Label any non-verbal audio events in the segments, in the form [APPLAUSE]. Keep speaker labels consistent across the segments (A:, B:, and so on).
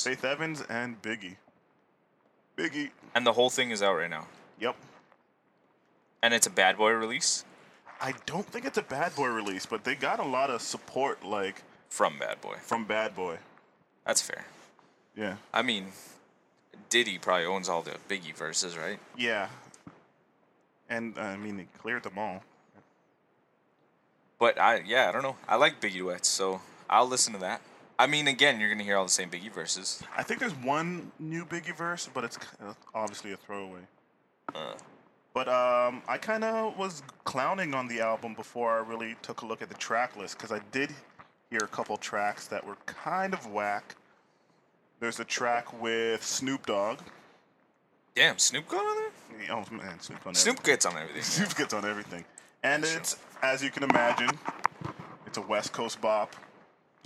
A: Faith Evans and Biggie. Biggie.
B: And the whole thing is out right now.
A: Yep.
B: And it's a bad boy release
A: I don't think it's a Bad Boy release, but they got a lot of support like
B: from Bad Boy.
A: from Bad Boy.
B: That's fair.
A: Yeah.
B: I mean, Diddy probably owns all the Biggie verses, right?
A: Yeah. And uh, I mean, they cleared them all.
B: But I, yeah, I don't know. I like Biggie duets, so I'll listen to that. I mean, again, you're gonna hear all the same Biggie verses.
A: I think there's one new Biggie verse, but it's uh, obviously a throwaway.
B: Uh,
A: But um, I kind of was clowning on the album before I really took a look at the track list because I did hear a couple tracks that were kind of whack. There's a track with Snoop Dogg.
B: damn, Snoop got on there.
A: Oh man, Snoop on
B: Snoop gets on everything. [LAUGHS]
A: Snoop gets on everything. And
B: Sure.
A: it's, as you can imagine, it's a West Coast bop,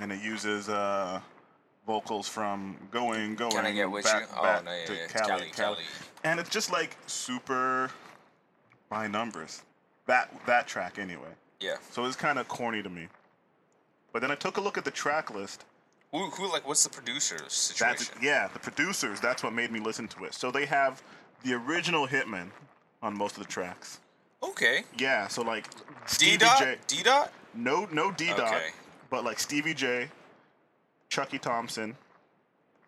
A: and it uses uh, vocals from Going, Going,
B: Can I get with
A: back,
B: you? Oh,
A: back
B: no, yeah,
A: to
B: yeah,
A: Cali,
B: Cali,
A: Cali.
B: Cali.
A: And it's just like super by numbers. That that track anyway.
B: Yeah.
A: So it's kind of corny to me. But then I took a look at the track list.
B: Who, who, like, what's the producer situation?
A: That's, yeah, the producers. That's what made me listen to it. So they have the original Hitman on most of the tracks.
B: Okay.
A: Yeah, so like
B: D
A: Stevie
B: dot.
A: J.
B: D dot.
A: No, no D dot,
B: Okay.
A: but like Stevie J, Chucky Thompson.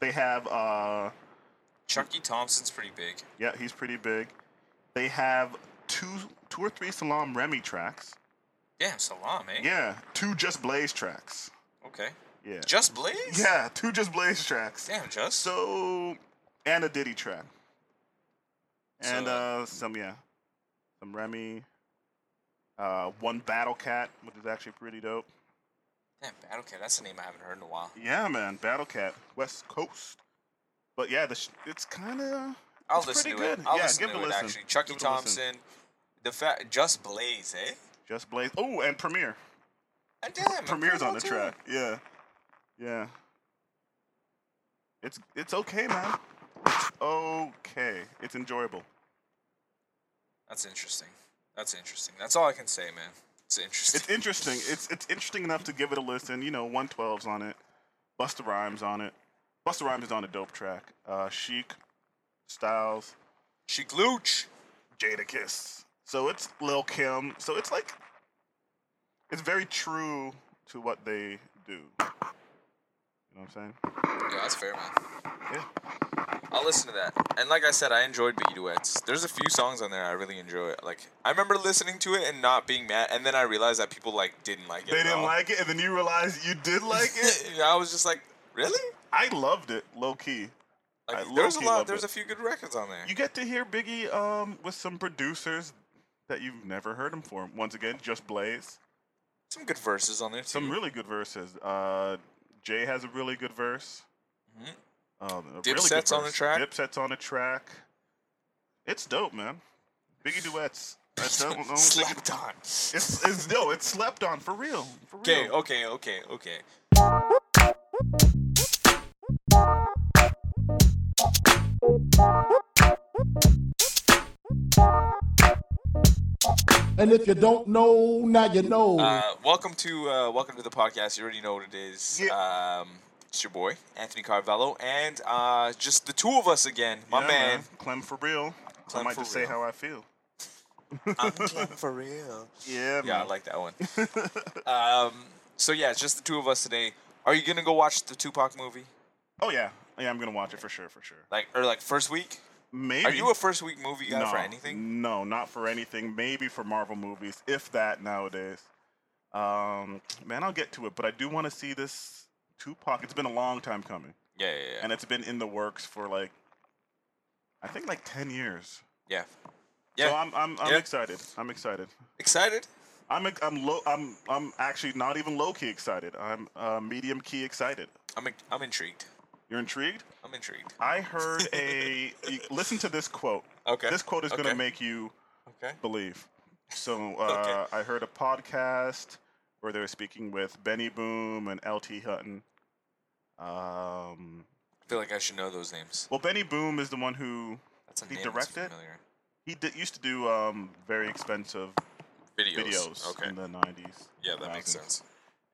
A: They have, uh,
B: Chucky Thompson's pretty big.
A: yeah, he's pretty big. They have two, two or three Salam Remy tracks.
B: Damn, Salam, eh?
A: Yeah, two Just Blaze tracks.
B: Okay.
A: Yeah,
B: Just Blaze.
A: yeah, two Just Blaze tracks.
B: Damn, Just.
A: So, and a Diddy track, and
B: So-
A: uh, some yeah, some Remy. Uh, one Battle Cat, which is actually pretty dope.
B: Damn, Battle Cat. That's a name I haven't heard in a while.
A: Yeah, man, Battle Cat, West Coast. But yeah, the sh- it's kind of.
B: I'll
A: It's
B: listen to
A: pretty
B: it.
A: good.
B: I'll
A: Yeah,
B: listen
A: give
B: to
A: it
B: it,
A: a listen.
B: actually. Chucky
A: Give it a listen.
B: Thompson, the fact Just Blaze, eh?
A: Just Blaze. Oh, and Premiere.
B: And damn, I'm
A: Premiere's
B: pretty
A: on the
B: well, too.
A: track. Yeah, yeah. It's it's okay, man. It's okay. It's enjoyable.
B: That's interesting. That's interesting. That's all I can say, man. It's interesting.
A: It's interesting. It's it's interesting enough to give it a listen. You know, 112's on it. Busta Rhymes on it. Busta Rhymes is on a dope track. Uh, Chic, Styles,
B: She glooch.
A: Jadakiss. So it's Lil Kim. So it's like it's very true to what they do. You know what I'm saying?
B: Yeah, that's fair, man.
A: Yeah.
B: I'll listen to that. And like I said, I enjoyed Biggie Duets. There's a few songs on there I really enjoy. Like I remember listening to it and not being mad, and then I realized that people like didn't like it.
A: They
B: at
A: didn't
B: all.
A: like it, and then you realize you did like
B: [LAUGHS]
A: it.
B: I was just like, really?
A: I loved it, low key. I
B: Like, there's a
A: low-key
B: lot.
A: loved
B: There's
A: it.
B: a few good records on there.
A: You get to hear Biggie um with some producers that you've never heard him for. Once again, just Blaze.
B: Some good verses on there too.
A: Some really good verses. Uh, Jay has a really good verse.
B: Mhm.
A: Um, a
B: Dipset's on the track.
A: Dipset's on the track. It's dope, man. Biggie duets. I
B: [LAUGHS]
A: don't, I don't think it-
B: Slapped on.
A: it's, it's no, it's slept on for real. For real.
B: Okay, oh, okay, okay, okay.
C: And if you don't know, now you know.
B: Uh, welcome to uh, welcome to the podcast. You already know what it is. Um, it's your boy Anthony Carvello, and uh, just the two of us again. My
A: Yeah,
B: man,
A: Clem for real.
B: Clem
A: I might
B: for
A: just
B: real.
A: say how I feel. [LAUGHS]
B: [LAUGHS] I'm Clem for real.
A: Yeah,
B: Yeah, I
A: man.
B: like
A: [LAUGHS]
B: that one. um, so yeah, it's just the two of us today. Are you gonna go watch the Tupac movie?
A: oh yeah, yeah. I'm gonna watch it for sure, for sure.
B: Like or like first week?
A: Maybe.
B: Are you a first week movie guy for anything?
A: No, not for anything. Maybe for Marvel movies, if that nowadays. Um, man, I'll get to it, but I do want to see this Tupac. It's been a long time coming,
B: Yeah, yeah, yeah.
A: and it's been in the works for like, I think like ten years.
B: yeah.
A: So
B: Yeah.
A: I'm I'm, I'm
B: Yeah.
A: excited. I'm excited.
B: Excited?
A: I'm ex- I'm low. I'm I'm actually not even low key excited. I'm uh, medium key excited.
B: I'm in- I'm intrigued.
A: You're intrigued?
B: I'm intrigued.
A: I heard
B: [LAUGHS]
A: a. y- listen to this quote.
B: Okay.
A: This quote is
B: Okay.
A: gonna make you
B: Okay.
A: believe. So uh, I heard a podcast where they were speaking with Benny Boom and LT Hutton. Um,
B: I feel like I should know those names.
A: well, Benny Boom is the one who
B: That's a
A: He
B: name
A: directed?
B: that's familiar.
A: he did, used to do um, very expensive
B: Videos.
A: videos
B: Okay.
A: in the nineties.
B: Yeah, that makes sense.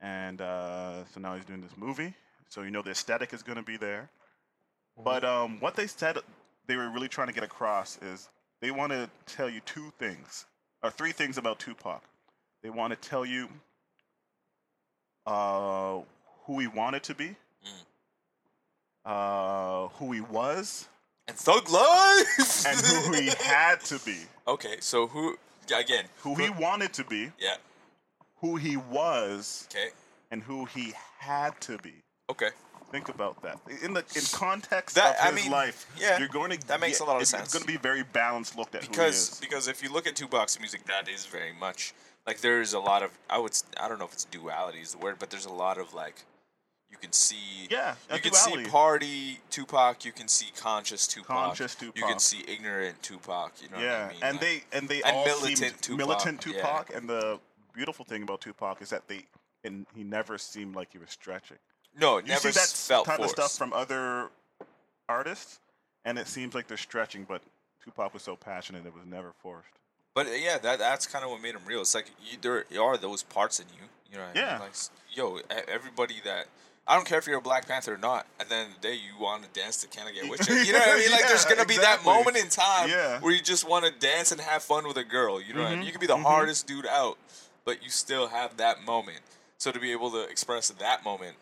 A: And uh, so now he's doing this movie. So you know the aesthetic is going to be there. But um, what they said they were really trying to get across is they want to tell you two things, or three things about Tupac. They want to tell you uh, who he wanted to be, uh, who he was,
B: And Thug
A: [LAUGHS]
B: Life.
A: and who
B: [LAUGHS]
A: he had to be.
B: okay, so who again?
A: Who he wanted to be,
B: Yeah.
A: who he was,
B: Okay.
A: and who he had to be.
B: Okay.
A: Think about that in the in context
B: That- I
A: of his
B: mean,
A: life.
B: yeah,
A: you're going to
B: that makes a lot of
A: it's,
B: sense.
A: It's going to be very balanced looked at who he
B: because
A: is.
B: because if you look at two box music, that is very much like there is a lot of I would s- I don't know if it's duality is the word, but there's a lot of like you can see
A: Yeah, a
B: you can
A: duality.
B: see party Tupac, you can see conscious Tupac,
A: Conscious
B: you can
A: Tupac.
B: see ignorant Tupac, you know
A: yeah,
B: what I mean?
A: and
B: Like,
A: they and they
B: and
A: all
B: militant
A: seemed
B: Tupac,
A: militant
B: yeah.
A: Tupac. And the beautiful thing about Tupac is that they and he never seemed like he was stretching.
B: no, it
A: You
B: never
A: see that
B: s- felt
A: type
B: forced.
A: of stuff from other artists, and it seems like they're stretching, but Tupac was so passionate it was never forced.
B: But uh, yeah, that that's kind of what made him real. It's like you, there are those parts in you. You know what I
A: Yeah.
B: mean? Like, s- yo, e- everybody that. I don't care if you're a Black Panther or not. At the end of the day, you want to dance to "Can I Get
A: [LAUGHS]
B: With You." You know what I mean? Like, there's
A: Yeah,
B: gonna be that
A: exactly.
B: moment in time
A: Yeah. Mm-hmm,
B: where you just want to dance and have fun with a girl. You know, what I mean? you could be the hardest dude out, but you still have that moment. So to be able to express that moment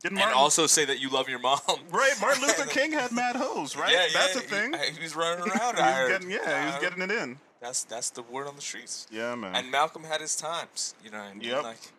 A: Didn't Martin,
B: and also say that you love your mom, [LAUGHS]
A: right? Martin Luther King had mad hoes, right?
B: Yeah,
A: That's
B: yeah,
A: a thing.
B: He, he was running around.
A: [LAUGHS] he
B: I
A: was
B: heard.
A: getting, yeah, he was
B: Uh,
A: getting it in.
B: That's that's the word on the streets.
A: Yeah, man.
B: And Malcolm had his times, you know. What I mean?
A: Mm-hmm. Yep.
B: Like,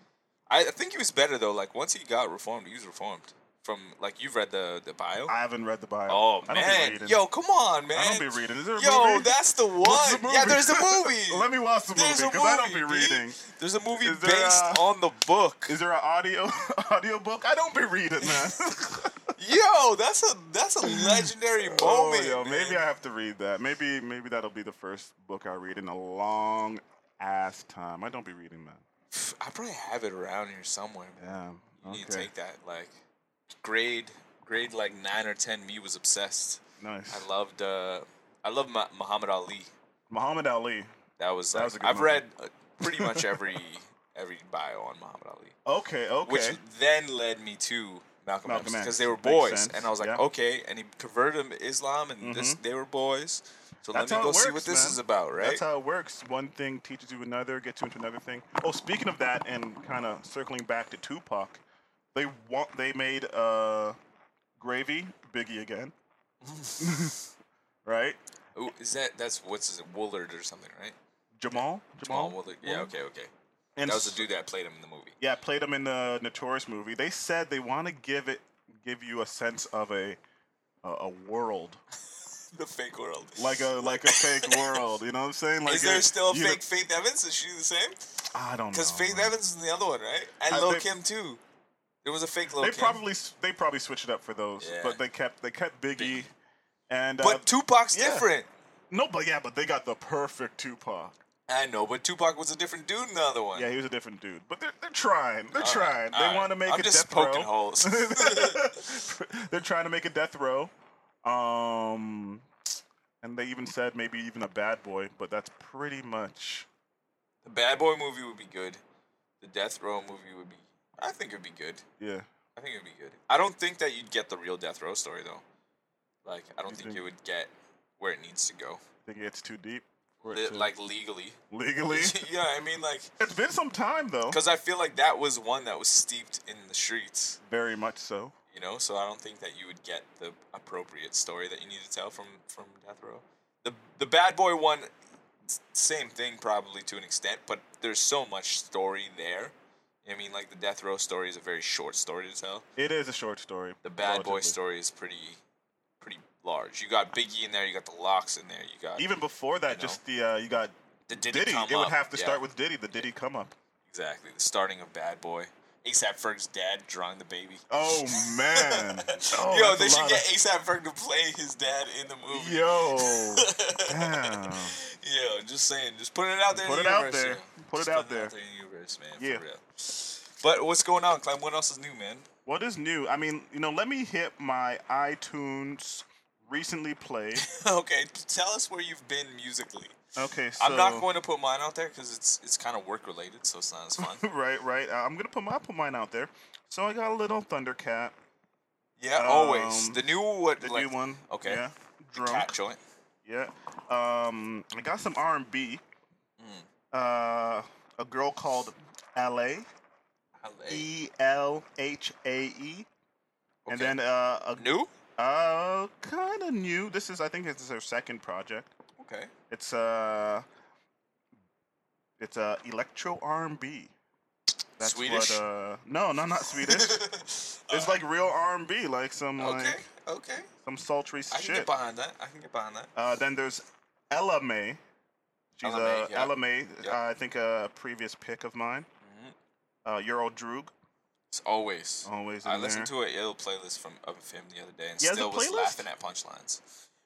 B: I, I think he was better though. Like once he got reformed, he was reformed. From like you've read the the bio.
A: I haven't read the bio.
B: oh
A: I don't be
B: man,
A: reading.
B: yo, come on, man.
A: I don't be reading. Is there a
B: Yo,
A: movie?
B: that's the one.
A: What's the
B: Yeah,
A: movie? [LAUGHS]
B: there's a movie.
A: Let me watch the
B: There's
A: movie
B: a
A: because I don't be
B: movie, B.
A: reading.
B: There's a movie
A: Is there,
B: based
A: uh,
B: on the book.
A: Is there an audio [LAUGHS] audio book? I don't be reading, man.
B: [LAUGHS]
A: [LAUGHS]
B: Yo, that's a that's a legendary moment.
A: oh, yo,
B: man.
A: maybe I have to read that. Maybe maybe that'll be the first book I read in a long ass time. I don't be reading that.
B: I probably have it around here somewhere. Man.
A: Damn.
B: You need to
A: Okay.
B: take that. Like grade grade like nine or ten. Me was obsessed.
A: Nice.
B: I loved uh, I loved Ma- Muhammad Ali.
A: Muhammad Ali.
B: That was
A: That
B: like,
A: was a good
B: I've
A: movie.
B: read
A: [LAUGHS]
B: uh, pretty much every every bio on Muhammad Ali,
A: Okay. Okay.
B: which then led me to Malcolm,
A: Malcolm
B: X
A: X.
B: because they were
A: Makes
B: boys,
A: sense,
B: and I was like,
A: yeah.
B: okay, and he converted them to Islam, and this they were boys. So
A: That's
B: let
A: how
B: me go
A: it
B: see what
A: works,
B: this
A: man.
B: is about, right?
A: That's how it works. One thing teaches you another, gets you into another thing. Oh, speaking of that, and kind of circling back to Tupac, they want they made uh, Gravy Biggie again,
B: [LAUGHS]
A: right?
B: Ooh, is that that's what's it, Woolard or something, right?
A: Jamal,
B: Jamal Woolard. Yeah, okay, okay.
A: And
B: That was the
A: s-
B: dude that played him in the movie.
A: yeah, played him in the Notorious movie. They said they want to give it, give you a sense of a a, a world,
B: The fake world.
A: like a like a fake world. You know what I'm saying? Like
B: [LAUGHS] is there still a
A: you know-
B: fake Faith Evans? Is she the same?
A: I don't know.
B: Because Faith
A: man.
B: Evans is in the other one, right? And
A: I
B: Lil
A: think-
B: Kim too. There was a fake Lil
A: They
B: Kim.
A: probably s- they probably switched it up for those,
B: Yeah.
A: but they kept they kept Biggie, and uh,
B: but Tupac's
A: yeah.
B: different.
A: no, but yeah, but they got the perfect Tupac.
B: I know, but Tupac was a different dude in the other one.
A: Yeah, he was a different dude, but they're they're trying, they're
B: All
A: trying.
B: right,
A: they
B: Uh, all right.
A: want to make
B: I'm
A: a
B: just
A: death row.
B: poking holes.
A: [LAUGHS] they're trying to make a death row, um, and they even said maybe even a bad boy, but that's pretty much.
B: the Bad Boy movie would be good. The Death Row movie would be. I think it'd be good.
A: Yeah,
B: I think it'd be good. I don't think that you'd get the real Death Row story though. Like, I don't
A: You
B: think,
A: think-
B: it would get where it needs to go.
A: I think it's too deep. for it
B: Li-
A: to-
B: like legally. [LAUGHS]
A: legally,
B: yeah, I mean like,
A: it's been some time though.
B: because I feel like that was one that was steeped in the streets.
A: Very much so.
B: you know so i don't think that you would get the appropriate story that you need to tell from from death row the the bad boy one s- same thing probably to an extent but there's so much story there i mean like the death row story is a very short story to tell
A: It is a short story.
B: the bad boy
A: relatively.
B: story is pretty pretty large you got biggie in there you got the locks in there you got
A: Even before that,
B: know.
A: just the uh, you got
B: the diddy,
A: Diddy.
B: come
A: It would
B: up.
A: have to
B: Yeah,
A: start with Diddy. The Diddy come up.
B: exactly the starting of bad boy asap ferg's dad drawing the baby [LAUGHS]
A: Oh man! Oh,
B: Yo,
A: that's
B: they
A: a
B: should
A: lot
B: get
A: of-
B: ASAP Ferg to play his dad in the movie. [LAUGHS]
A: Yo, damn.
B: Yeah, just saying. Just putting it out there.
A: Put
B: in
A: it
B: the
A: out
B: universe,
A: there.
B: yo.
A: Put
B: Just
A: it out
B: putting
A: there.
B: in the universe, man.
A: Yeah.
B: For real. But what's going on, Clem? What else is new, man? [LAUGHS]
A: What is new? I mean, you know, let me hit my iTunes recently played.
B: okay, t- tell us where you've been musically.
A: Okay, so
B: [LAUGHS] I'm not
A: [LAUGHS]
B: going to put mine out there because it's it's kind of work related, so it's not
A: [LAUGHS]
B: as fun.
A: right, right. Uh, I'm gonna put my put mine out there. So I got a little Thundercat.
B: Yeah, always
A: Um,
B: the new what?
A: The
B: like,
A: new one.
B: Okay.
A: Yeah.
B: the cat
A: Drunk.
B: joint.
A: Yeah. Um, I got some R and B.
B: Hmm.
A: Uh, a girl called Ale.
B: Hey,
A: E L H A E. And
B: okay.
A: then uh, a
B: new.
A: uh, kind of new. This is, I think, this is her second project.
B: Okay.
A: It's uh, it's uh, electro R and B.
B: Swedish?
A: What, uh, no, no, not
B: [LAUGHS]
A: Swedish. it's like real R and B, like some like
B: Uh, okay. Okay.
A: some sultry
B: I can
A: shit.
B: get behind that. I can get behind that.
A: Uh, then there's Ella May. She's
B: Ella May,
A: uh,
B: yeah.
A: Ella May.
B: Yeah.
A: Uh, I think a previous pick of mine.
B: Mhm.
A: Uh, Euro Droog,
B: It's always.
A: always in
B: I
A: there.
B: listened to a ill playlist from of him the other day and
A: He has a
B: still was
A: playlist?
B: laughing at punchlines.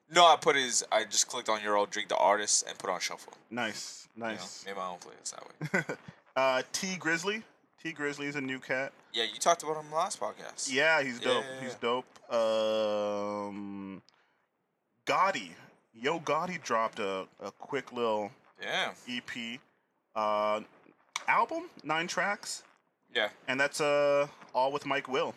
B: No, I put his. I just clicked on your old drink, the artist, and put on shuffle.
A: nice,
B: You know,
A: nice.
B: made my own playlist that way.
A: [LAUGHS] uh, T Grizzly. T Grizzly is a new cat.
B: Yeah, you talked about him last podcast.
A: Yeah, he's
B: Yeah,
A: dope.
B: yeah,
A: He's dope. Um, Gotti, Yo Gotti dropped a, a quick little
B: Yeah.
A: EP, uh, album, nine tracks,
B: Yeah.
A: and that's uh all with Mike Will.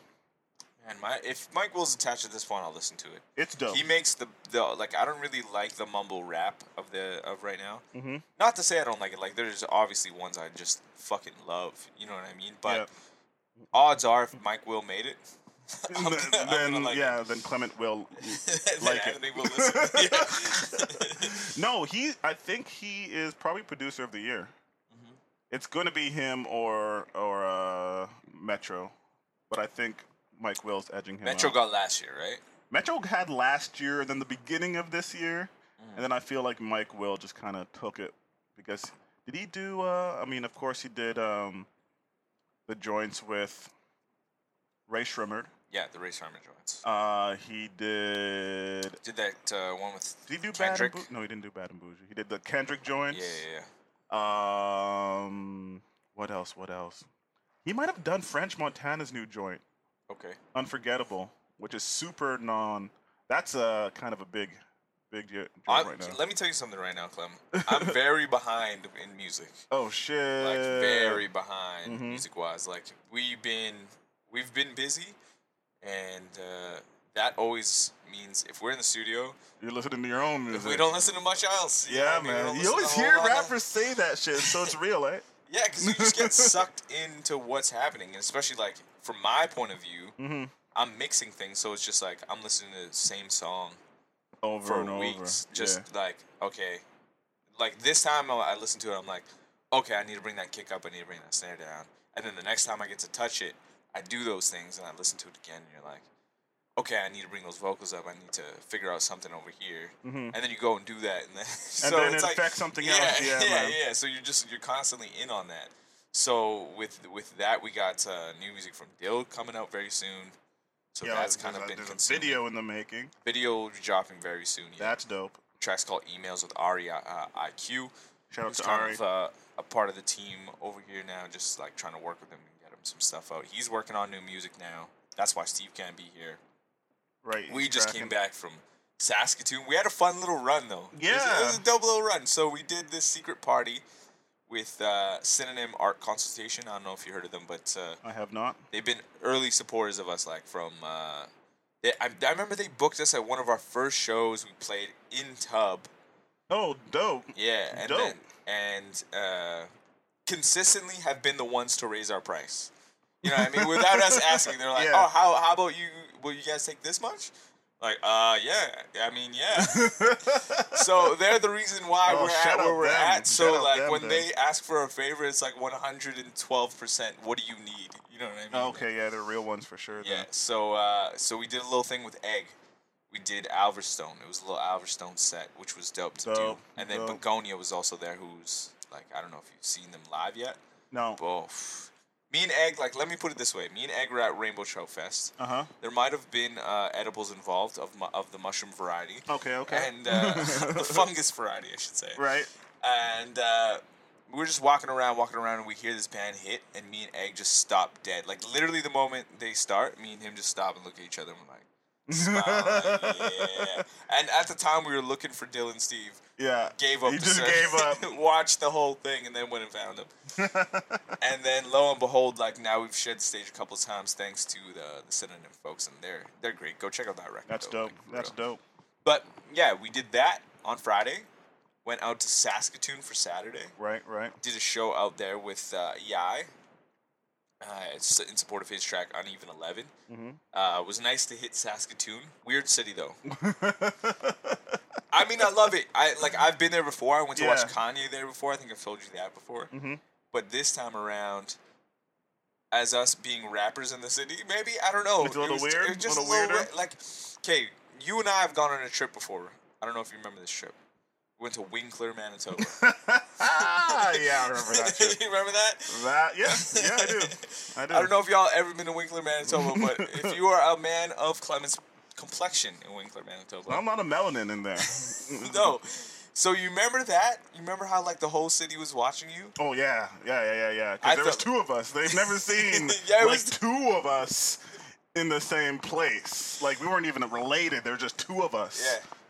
B: And my if Mike Will's attached to this one, I'll listen to it.
A: It's dope.
B: He makes the the like I don't really like the mumble rap of the of right now.
A: hmm
B: Not to say I don't like it. Like there's obviously ones I just fucking love. You know what I mean? But odds are, if Mike Will made it, [LAUGHS]
A: then,
B: I'm gonna- I'm
A: then-
B: gonna like it.
A: yeah, then Clement will
B: [LAUGHS] then
A: like it.
B: Anthony will
A: [LAUGHS]
B: listen. Yeah.
A: No, he. I think he is probably producer of the year.
B: Mm-hmm.
A: It's going to be him or or uh, Metro, but I think Mike Will's edging him.
B: Metro
A: out.
B: got last year, right?
A: Metro had last year, and then the beginning of this year,
B: Mm-hmm.
A: and then I feel like Mike Will just kind of took it because did he do? Uh, I mean, of course he did um, the joints with Ray Shrimmered.
B: Yeah, the race Harmon joints.
A: Uh, he did.
B: Did that uh, one with
A: Did he do
B: Kendrick?
A: Bad and Bou- No, he didn't do Bad and Bougie. He did the Kendrick joints.
B: Yeah, yeah, yeah.
A: Um, what else? What else? He might have done French Montana's new joint,
B: Okay.
A: Unforgettable, which is super non. That's a kind of a big, big jo- joint
B: I'm,
A: right now.
B: Let me tell you something right
A: [LAUGHS]
B: now, Clem. I'm very behind in music.
A: oh shit!
B: Like very behind
A: Mhm.
B: music wise. Like we've been we've been busy, and uh, that always means if we're in the studio,
A: You're listening to your own music.
B: if we don't listen to much else. you know
A: Mm-hmm. yeah,
B: what I mean? We
A: man.
B: don't
A: You
B: listen to
A: always
B: a whole
A: hear
B: lot of-
A: rappers say that shit, so it's real, eh?
B: Yeah, because you just get sucked into what's happening, and especially like from my point of view,
A: Mm-hmm.
B: I'm mixing things, so it's just like I'm listening to the same song
A: Over
B: for
A: and
B: weeks.
A: over.
B: Just like okay, like this time I- I listen to it, I'm like, okay, I need to bring that kick up, I need to bring that snare down, and then the next time I get to touch it, I do those things, and I listen to it again, and you're like, okay, I need to bring those vocals up, I need to figure out something over here,
A: yeah. hmm
B: and then you go and do that, and then [LAUGHS]
A: And
B: so
A: then
B: it's
A: it
B: like,
A: affects something
B: yeah,
A: else. Yeah,
B: yeah,
A: man.
B: yeah. So you're just you're constantly in on that. So with with that, we got uh, new music from Dill coming out very soon. So
A: Yeah,
B: that's kind of
A: there's a-
B: been
A: there's a
B: consuming.
A: video in the making.
B: Video dropping very soon. Yeah.
A: That's dope.
B: track's called Emails with Ari uh, IQ.
A: Shout out
B: Who's
A: to
B: kind
A: Ari.
B: of uh, a part of the team over here now, just like trying to work with him and get him some stuff out. He's working on new music now. That's why Steve can't be here.
A: Right.
B: We
A: he's
B: just
A: cracking.
B: came back from Saskatoon. We had a fun little run though. It was, it was a
A: Yeah.
B: dope little run. So we did this secret party with uh, Synonym Art Consultation. I don't know if you heard of them, but uh,
A: I have not.
B: they've been early supporters of us. Like from, uh, they, I, I remember they booked us at one of our first shows. We played in Tub.
A: Oh, dope.
B: Yeah, and
A: Dope.
B: then, and uh, consistently have been the ones to raise our price. You know what I mean? Without us asking, they're like,
A: Yeah.
B: "Oh, how how about you? Will you guys take this much?" Like, uh, yeah. I mean,
A: [LAUGHS]
B: yeah. so they're the reason why
A: Oh,
B: we're at
A: shout
B: where
A: out
B: we're
A: them.
B: at. So
A: Shout out
B: like,
A: them
B: when
A: then.
B: they ask for a favor, it's like one hundred and twelve percent. What do you need? You know what I mean?
A: Okay, yeah, they're real ones for sure.
B: Yeah.
A: Then.
B: So uh, so we did a little thing with Egg. We did Alverstone. It was a little Alverstone set, which was dope to
A: Dope,
B: do. And then
A: dope.
B: Begonia was also there, who's like I don't know if you've seen them live yet.
A: No.
B: Both. Me and Egg, like let me put it this way: me and Egg were at Rainbow Trout Fest.
A: Uh huh.
B: There might have been uh, edibles involved of mu- of the mushroom variety
A: Okay. Okay. [LAUGHS]
B: and uh, the fungus variety, I should say
A: right.
B: and uh, we were just walking around, walking around, and we hear this band hit, and me and Egg just stop dead. Like literally, the moment they start, me and him just stop and look at each other, and we're like, Spotlight, yeah. And at the time, we were looking for Dylan Steve.
A: yeah.
B: Gave up.
A: He
B: the
A: just
B: search,
A: gave up.
B: [LAUGHS] watched the whole thing, and then went
A: [LAUGHS]
B: and found him. and then lo and behold, like now we've shared the stage a couple of times thanks to the, the synonym folks, and they're they're great. Go check out that record.
A: That's
B: though,
A: dope.
B: like, for
A: That's
B: real.
A: dope.
B: But yeah, we did that on Friday. Went out to Saskatoon for Saturday.
A: Right, right. [LAUGHS]
B: Did a show out there with uh, Yai. Uh, it's in support of his track Uneven 11. Uh, it was nice to hit Saskatoon. Weird city though. I mean, I love it. I like. I've been there before. I went to watch
A: Yeah.
B: Kanye there before. I think I've told you that before.
A: Mhm.
B: But this time around, as us being rappers in the city, maybe I don't know.
A: It's a little
B: was-
A: weird,
B: was just
A: little weirder.
B: we- like, okay, you and I have gone on a trip before. I don't know if you remember this trip. We went to
A: [LAUGHS]
B: Winkler, Manitoba.
A: ah, yeah, I remember that shit.
B: [LAUGHS] you remember that?
A: That, yeah, yeah, I do. I do.
B: I don't know if y'all ever been to
A: [LAUGHS]
B: Winkler, Manitoba, but if you are a man of Clements complexion in Winkler, Manitoba,
A: I'm not a melanin in there. [LAUGHS]
B: [LAUGHS] no. So you remember that? You remember how like the whole city was watching you?
A: Oh yeah, yeah, yeah, yeah, yeah. 'Cause
B: I
A: there was
B: felt-
A: two of us. They've never seen
B: [LAUGHS] Yeah,
A: like
B: it was-
A: two of us in the same place. Like we weren't even related. There were just two of us.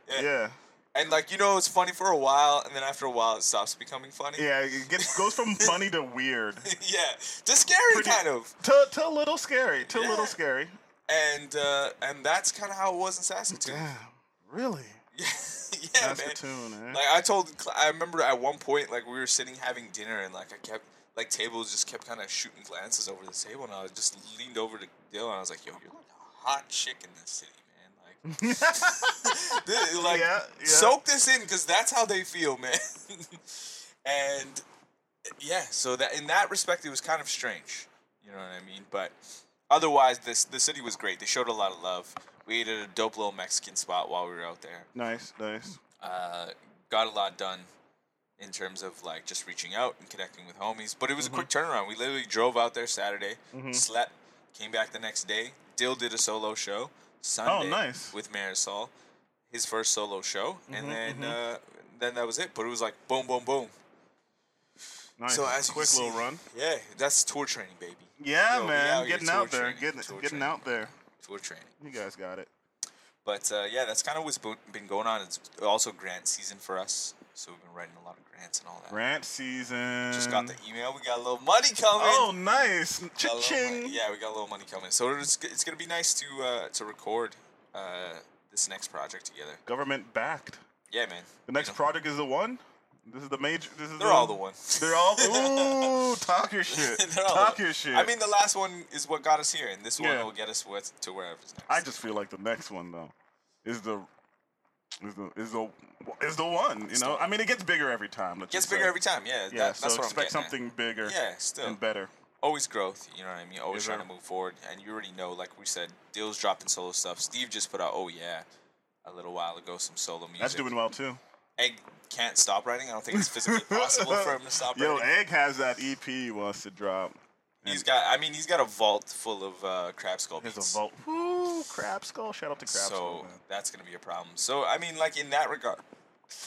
B: Yeah, yeah.
A: yeah,
B: And like you know, it's funny for a while, and then after a while, it stops becoming funny.
A: yeah. It gets, goes from funny to weird
B: [LAUGHS] yeah. To scary
A: Pretty-
B: kind of.
A: to to a little scary to a
B: Yeah.
A: little scary.
B: And uh, and that's kind of how it was in Saskatoon.
A: Damn, really?
B: [LAUGHS] yeah,
A: That's
B: man.
A: the tune. Eh?
B: Like I told, Cl- I remember at one point, like we were sitting having dinner, and like I kept, like tables just kept kind of shooting glances over the table, and I was just leaned over to Dylan, and I was like, "Yo, you're like a hot chick in this city,
A: [LAUGHS]
B: man. Like, [LAUGHS] this, like
A: Yeah, yeah.
B: soak this in, cause that's how they feel, man." [LAUGHS] and yeah, so that in that respect, it was kind of strange. You know what I mean? But otherwise, this the city was great. They showed a lot of love. We ate at a dope little Mexican spot while we were out there
A: nice, nice.
B: uh, got a lot done in terms of like just reaching out and connecting with homies. But it
A: Mm-hmm.
B: was a quick turnaround. We literally drove out there Saturday, slept, came back the next day. Dill did a solo show Sunday
A: Oh, nice. Mm-hmm,
B: with Marisol, his first solo show, and then uh, then that was it. But it was like boom, boom, boom.
A: Nice.
B: So as you
A: quick
B: can see-
A: little run.
B: Yeah, that's tour training, baby.
A: Yeah,
B: Yo, we out
A: man.
B: here
A: Getting out
B: tour
A: there.
B: training,
A: Getting
B: tour
A: getting
B: training.
A: out there.
B: Tour training.
A: You guys got it.
B: But uh, yeah, that's kind of what's bo- been going on. It's also grant season for us, so we've been writing a lot of grants and all that.
A: Grant season.
B: Just got the email. We got a little money coming.
A: Oh, nice.
B: Got a little
A: Cha-ching.
B: money- Yeah, we got a little money coming. So it's, it's gonna be nice to uh, to record uh, this next project together.
A: Government backed.
B: Yeah, man.
A: The next
B: You know,
A: project is the one. This is the major. This is
B: They're all the one.
A: They're
B: [LAUGHS]
A: all. Ooh, talk your shit.
B: They're all
A: talk
B: the-
A: your shit.
B: I mean, the last one is what got us here, and this one
A: Yeah.
B: will get us with, to wherever's next.
A: I just feel like the next one though is the is the is the is the one. You know, I mean, it gets bigger every time. Let's
B: gets
A: just say.
B: bigger every time. Yeah, that-
A: Yeah,
B: that's
A: so
B: what
A: expect
B: I'm getting at.
A: something bigger
B: Yeah, still.
A: and better.
B: always growth. You know what I mean? Always
A: Yes,
B: trying
A: sir.
B: to move forward. And you already know, like we said, Dill's dropping solo stuff. Steve just put out, oh yeah, a little while ago, some solo music.
A: That's doing well too.
B: Egg can't stop writing. I don't think it's physically possible for him to
A: [LAUGHS]
B: stop
A: Yo,
B: writing.
A: Egg has that EP he wants to drop.
B: He's got. I mean, he's got a vault full of uh, crab skull
A: There's
B: beats.
A: a vault. Woo, Crab Skull. Shout out to Crab
B: so
A: Skull. man.
B: that's gonna be a problem. So I mean, like in that regard,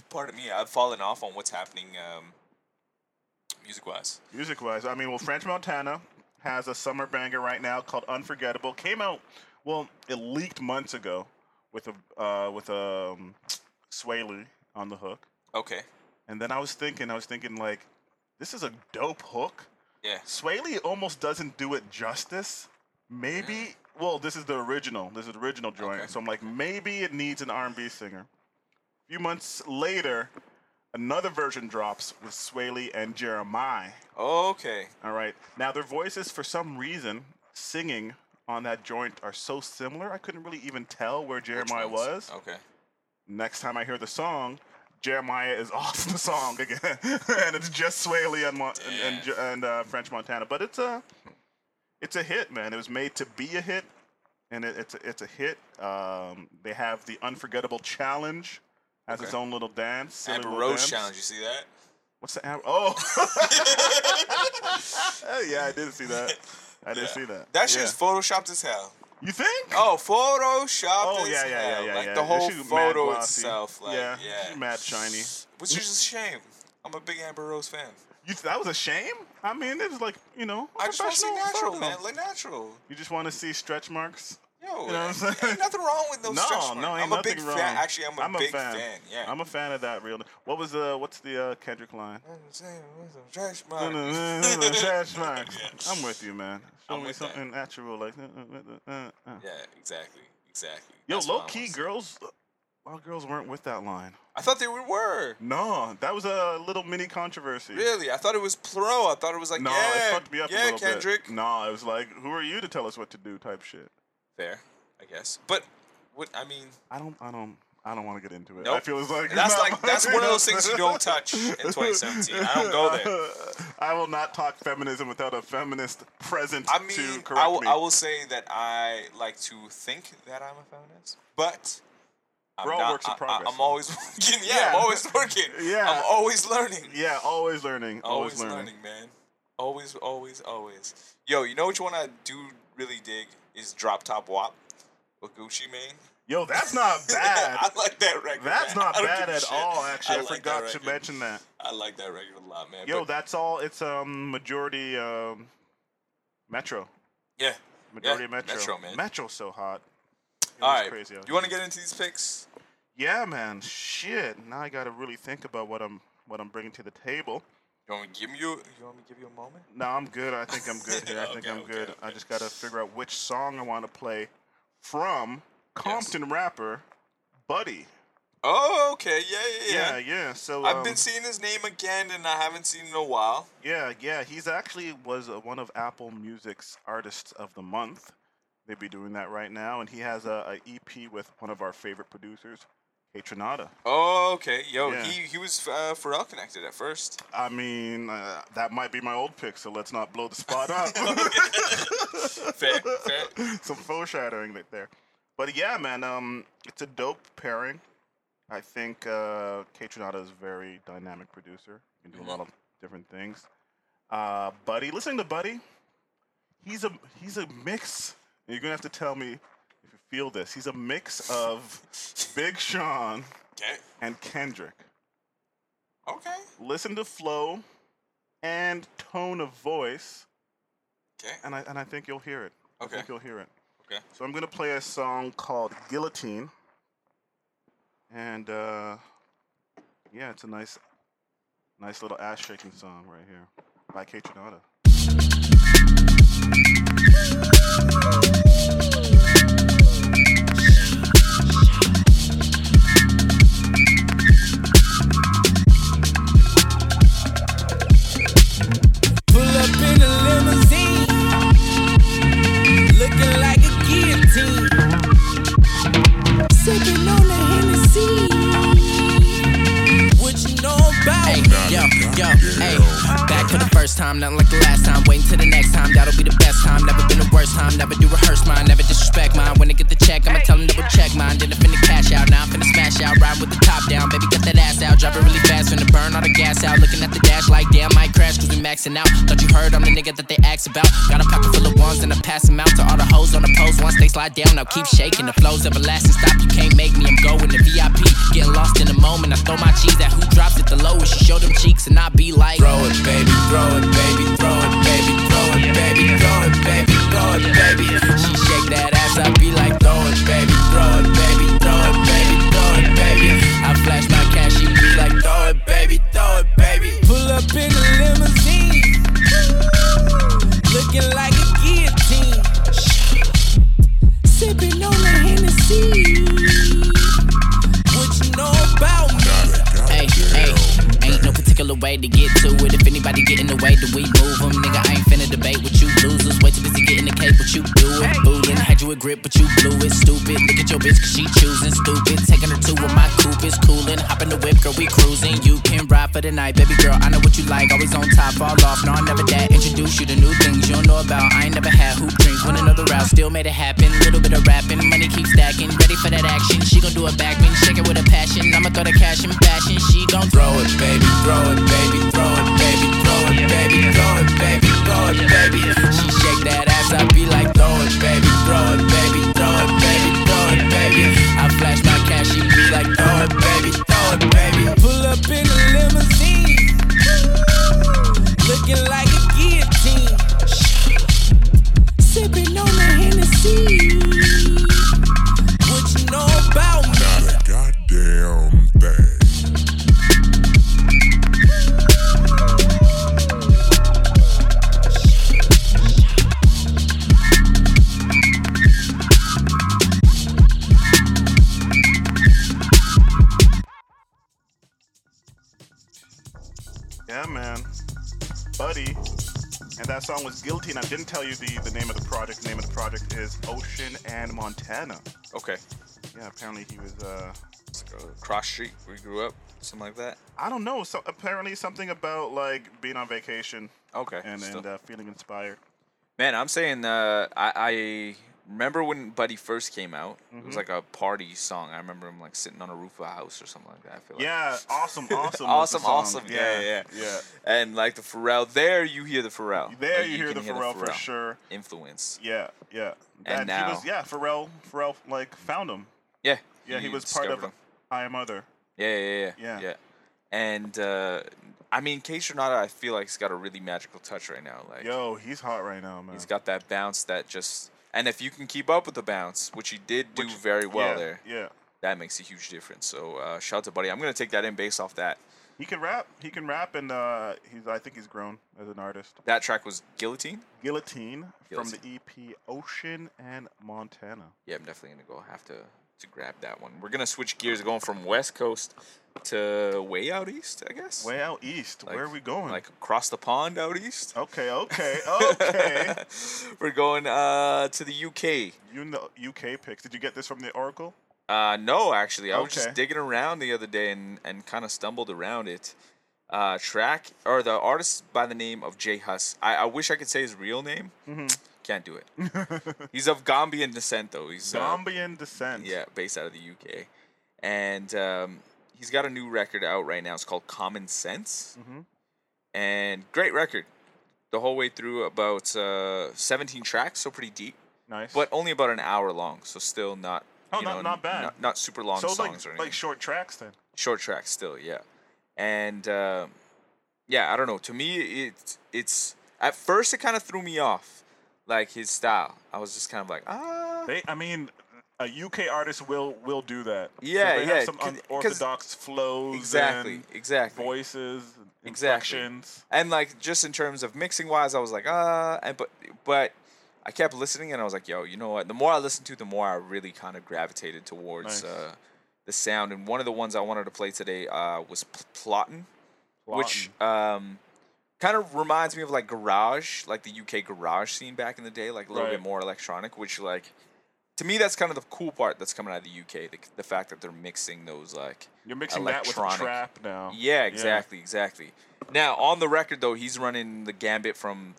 B: pardon me, I've fallen off on what's happening um, music-wise.
A: Music wise, I mean, well, French Montana has a summer banger right now called Unforgettable. Came out, well, it leaked months ago with a uh, with a um, Swae Lee on the hook,
B: Okay.
A: and then I was thinking, I was thinking like, this is a dope hook.
B: Yeah.
A: Swae Lee almost doesn't do it justice. Maybe, well, this is the original. This is the original joint.
B: Okay.
A: So I'm like, maybe it needs an R&B singer. A few months later, another version drops with Swae Lee and Jeremiah.
B: Okay.
A: All right. Now their voices, for some reason, singing on that joint are so similar. I couldn't really even tell where
B: Which
A: Jeremiah
B: ones?
A: was.
B: Okay.
A: Next time I hear the song, Jeremiah is [LAUGHS] off the song again, [LAUGHS] and it's just Swaley and Mon- and, and,
B: Damn.
A: Ju- and uh, French Montana. But it's a it's a hit, man. It was made to be a hit, and it, it's a, it's a hit. Um, they have the unforgettable challenge. Has its
B: Okay.
A: own little dance. silly
B: Amber
A: little
B: Rose
A: dance.
B: challenge. You see that?
A: What's the Am- oh? [LAUGHS] yeah, I did see that. I did
B: Yeah.
A: see that.
B: That shit
A: yeah.
B: is photoshopped as hell.
A: you think?
B: Oh, photoshopped
A: Oh,
B: as
A: yeah, yeah, yeah,
B: hell.
A: yeah,
B: like
A: yeah.
B: the
A: That
B: whole
A: shit mad
B: photo
A: glossy.
B: itself. Like, yeah.
A: she mad shiny.
B: Which is a shame. I'm a big Amber Rose fan.
A: You that was a shame. I mean, it was like you know,
B: I just want to see
A: professional
B: natural,
A: photo.
B: man. Like natural.
A: You just want to see stretch marks.
B: Yo,
A: You know what I'm saying?
B: ain't nothing wrong
A: [LAUGHS]
B: with those stretch
A: No,
B: marks.
A: no, ain't
B: I'm a
A: nothing
B: big
A: wrong.
B: fan. Actually, I'm a big fan. Yeah.
A: I'm a fan of that real. What was the what's the uh, Kendrick
B: [LAUGHS]
A: line? [LAUGHS]
B: I'm saying, what's a stretch mark? [LAUGHS]
A: Trash marks.
B: Yeah.
A: I'm with you, man. Show
B: I'm
A: me
B: with that.
A: something natural, like. uh, uh, uh, uh, uh.
B: Yeah, exactly, exactly.
A: Yo,
B: That's what I
A: low
B: wanna
A: key,
B: see.
A: girls. A lot of girls weren't with that line.
B: I thought they were. were.
A: No, that was a little mini controversy.
B: Really, I thought it was plural. I thought it was like,
A: No,
B: yeah,
A: it fucked me up a
B: yeah,
A: little
B: Kendrick.
A: bit. No, it was like, who are you to tell us what to do? Type shit.
B: Fair, I guess. But what I mean,
A: I don't, I don't, I don't want to get into it. I
B: Nope.
A: feel it's like
B: that's
A: not
B: like
A: my-
B: that's one of those things
A: [LAUGHS]
B: you don't touch in 2017. I don't go there.
A: I will not talk feminism without a feminist present
B: I
A: to
B: mean,
A: correct
B: I will,
A: me.
B: I will say that I like to think that I'm a feminist, but I'm
A: We're all
B: not-
A: works in
B: I- I-
A: progress,
B: I'm always [LAUGHS] working. Yeah, I'm
A: Yeah.
B: always working.
A: [LAUGHS] Yeah.
B: I'm always learning.
A: yeah, always learning.
B: Always,
A: Always, learning.
B: learning, man. Always, always, always. Yo, you know which one I do really dig is Drop Top Wop with Gucci Mane.
A: Yo, that's not bad.
B: [LAUGHS] I like that record.
A: that's
B: man.
A: not
B: I don't
A: bad
B: give a
A: at
B: shit.
A: all. Actually, I,
B: like that
A: forgot to
B: record.
A: mention that.
B: I like that record a lot, man.
A: Yo,
B: but
A: that's all. It's um majority um metro.
B: yeah.
A: Majority
B: Yeah,
A: metro.
B: Metro, man.
A: Metro's so hot. It
B: All
A: was
B: right.
A: crazy out
B: you want to get into these picks?
A: Yeah, man. Shit. Now I gotta really think about what I'm what I'm bringing to the table.
B: You want me to give you? You want me to give you a moment?
A: No, I'm good. I think I'm good
B: [LAUGHS]
A: here. I think
B: Okay,
A: I'm
B: okay,
A: good. I
B: okay.
A: just gotta figure out which song I want to play from Compton rapper Buddy.
B: Oh, okay. Yeah, yeah,
A: Yeah,
B: yeah.
A: yeah. So
B: I've
A: um,
B: been seeing his name again, and I haven't seen it in a while.
A: yeah, yeah. He's actually was uh, one of Apple Music's artists of the month. They'd be doing that right now, and he has a, a EP with one of our favorite producers, Catronada.
B: Oh, okay. Yo,
A: Yeah.
B: he he was uh, Pharrell connected at first.
A: [LAUGHS] I mean, uh, that might be my old pick, so let's not blow the spot up.
B: Fair, fair.
A: Some foreshadowing right there. But yeah, man, um, it's a dope pairing. I think uh, Kate Trinata is a very dynamic producer. He can do a lot of different things. Uh, Buddy, listening to Buddy, he's a he's a mix. You're gonna have to tell me if you feel this. He's a mix of Big Sean
B: Okay.
A: and Kendrick.
B: Okay.
A: Listen to flow and tone of voice,
B: Okay.
A: and I and I think you'll hear it. I
B: Okay.
A: think you'll hear it.
B: Okay.
A: So I'm gonna play a song called Guillotine, and uh, yeah, it's a nice, nice little ass shaking song right here by Kate Trinata.
D: Pull up in a limousine, looking like a guillotine. Sipping on the Hennessy. What you know about
E: Ay,
D: me?
E: yo, yo, ay. Back for the first time, nothing like the last time. Waiting till the next time, that'll be the best time. Never been the worst time, never do rehearse mine, never disrespect mine. When I get the check, I'ma tell them double check mine. Then I finna cash out, now I'm finna smash out. Riding with the top down, baby, cut that ass out. Drop it really fast, finna burn all the gas out. Looking at the dash like, damn, I might crash, cause we maxing out. Thought you heard I'm the nigga that they asked about. Got a pocket full of ones and I pass them out to all the hoes on the pose. Once they slide down, I'll keep shaking. The flow's everlasting, stop, you can't make me. I'm going to VIP, getting lost in the moment. I throw my cheese at who drops it the lowest. You show them cheeks and I be like, Throw it, baby, throw it, baby, throw it, baby, throw it, baby, throw it, baby, throw it, baby. She shake that ass, I be like, throw it, baby, throw it, baby, throw it, baby, throw it, baby. I flash my cash, she be like, throw it, baby, throw it, baby.
D: Pull up in a limousine, looking like a guillotine. Sipping on the Hennessy. What you know about me?
E: Ay, ay, ain't no particular way to get to it. If anybody get in the way, do we move 'em? Nigga, I ain't finna debate with you losers. Way too busy getting the cake, but you do it. Boolin', had you a grip, but you blew it. Stupid, look at your bitch, cause she choosing. Stupid, taking her to where my coupe is coolin'. Hop in the whip, girl, we cruising. You can ride for the night, baby girl. I know what you like, always on top, fall off. No, I never that. Introduce you to new things you don't know about. I ain't never had hoop dreams, went another route, still made it happen. Little bit of rapping, money keeps stacking. Ready for that action, she gon' do it back, man. Shake it with a passion, I'ma throw the cash in fashion. She gon' throw it, baby, throw it, baby, throw it, baby, throw it, baby, throw it, baby, throw it, baby. She shake that ass, I be like, throw it, baby, throw it, baby, throw it, baby, throw it, baby. I flash my cash, she be like, throw it, baby, throw it, baby.
D: Pull up in a limousine, looking like a guillotine. Sipping on the Hennessy.
A: Yeah, man. Buddy. And that song was Guilty, and I didn't tell you the, the name of the project. The name of the project is Ocean and Montana.
B: Okay.
A: Yeah, apparently he was, uh,
B: Cross street where you grew up, something like that.
A: I don't know, so apparently something about like being on vacation
B: Okay.
A: and,
B: still-
A: and uh, feeling inspired.
B: Man, I'm saying uh, I, I remember when Buddy first came out. It
A: Mm-hmm.
B: was like a party song. I remember him like sitting on a roof of a house or something like that. I feel like.
A: Yeah,
B: [LAUGHS]
A: awesome, awesome. was the
B: Awesome,
A: song.
B: awesome. Yeah, yeah,
A: yeah.
B: And like the Pharrell, there you hear the Pharrell.
A: There
B: Like,
A: you, hear, the,
B: can
A: Pharrell for sure.
B: Influence.
A: Yeah, yeah.
B: And
A: he
B: now-
A: was, yeah, Pharrell, Pharrell like found him.
B: Yeah.
A: Yeah, he, was part of
B: discovered him.
A: I Am Other.
B: Yeah, yeah, yeah,
A: Yeah.
B: yeah. yeah. And uh, I mean, Kayshonada, I feel like he's got a really magical touch right now. Like
A: Yo, he's hot right now, man.
B: he's got that bounce that just, and if you can keep up with the bounce, which he did do very well
A: yeah,
B: there,
A: Yeah,
B: that makes a huge difference. So uh, shout out to Buddy. I'm gonna take that in based off that.
A: he can rap. He can rap, and uh, he's. I think he's grown as an artist.
B: That track was Guillotine.
A: Guillotine, from the
B: Guillotine.
A: EP Ocean and Montana.
B: Yeah, I'm definitely gonna go have to to grab that one. We're gonna switch gears, going from West Coast to way out east, I guess.
A: Way out east.
B: Like-
A: Where are we going? Oh.
B: Like across the pond out east.
A: okay,
B: [LAUGHS]
A: okay, okay.
B: We're going uh, to the UK.
A: you know UK picks. Did you get this from the Oracle?
B: Uh, no, actually, I was
A: Okay.
B: just digging around the other day and, and kind of stumbled around it. Uh, track or the artist by the name of Jay Huss. I, I wish I could say his real name. Can't do it. He's of Gambian descent, though. He's uh,
A: Zambian descent.
B: yeah, based out of the UK, and um, he's got a new record out right now. It's called Common Sense, and great record. The whole way through, about uh, 17 tracks, so pretty deep,
A: Nice.
B: but only about an hour long, so still not.
A: Oh,
B: you
A: not-
B: know,
A: not bad.
B: Not, not super long
A: so
B: songs
A: like
B: or anything.
A: like short tracks then.
B: Short tracks, still, yeah. And uh, yeah, I don't know. To me, it it's at first it kind of threw me off, like his style. I was just kind of like, ah,
A: They, I mean, a UK artist will will do that. 'Cause
B: Yeah,
A: they
B: yeah,
A: Have some
B: 'cause- 'cause-
A: unorthodox flows.
B: exactly,
A: and
B: exactly.
A: Voices.
B: Exactly.
A: Inflections.
B: And like just in terms of mixing wise, I was like, ah, and but but I kept listening and I was like, yo, you know what? The more I listened to, the more I really kind of gravitated towards
A: Nice.
B: uh, the sound. And one of the ones I wanted to play today uh, was P- Plottin', which um, kind of reminds me of like garage, like the UK garage scene back in the day, like a little
A: Right.
B: bit more electronic. Which like to me, that's kind of the cool part that's coming out of the UK, the, the fact that they're mixing those like
A: You're mixing that with
B: electronic-
A: trap now.
B: yeah, exactly, exactly. Now on the record though, he's running the gambit from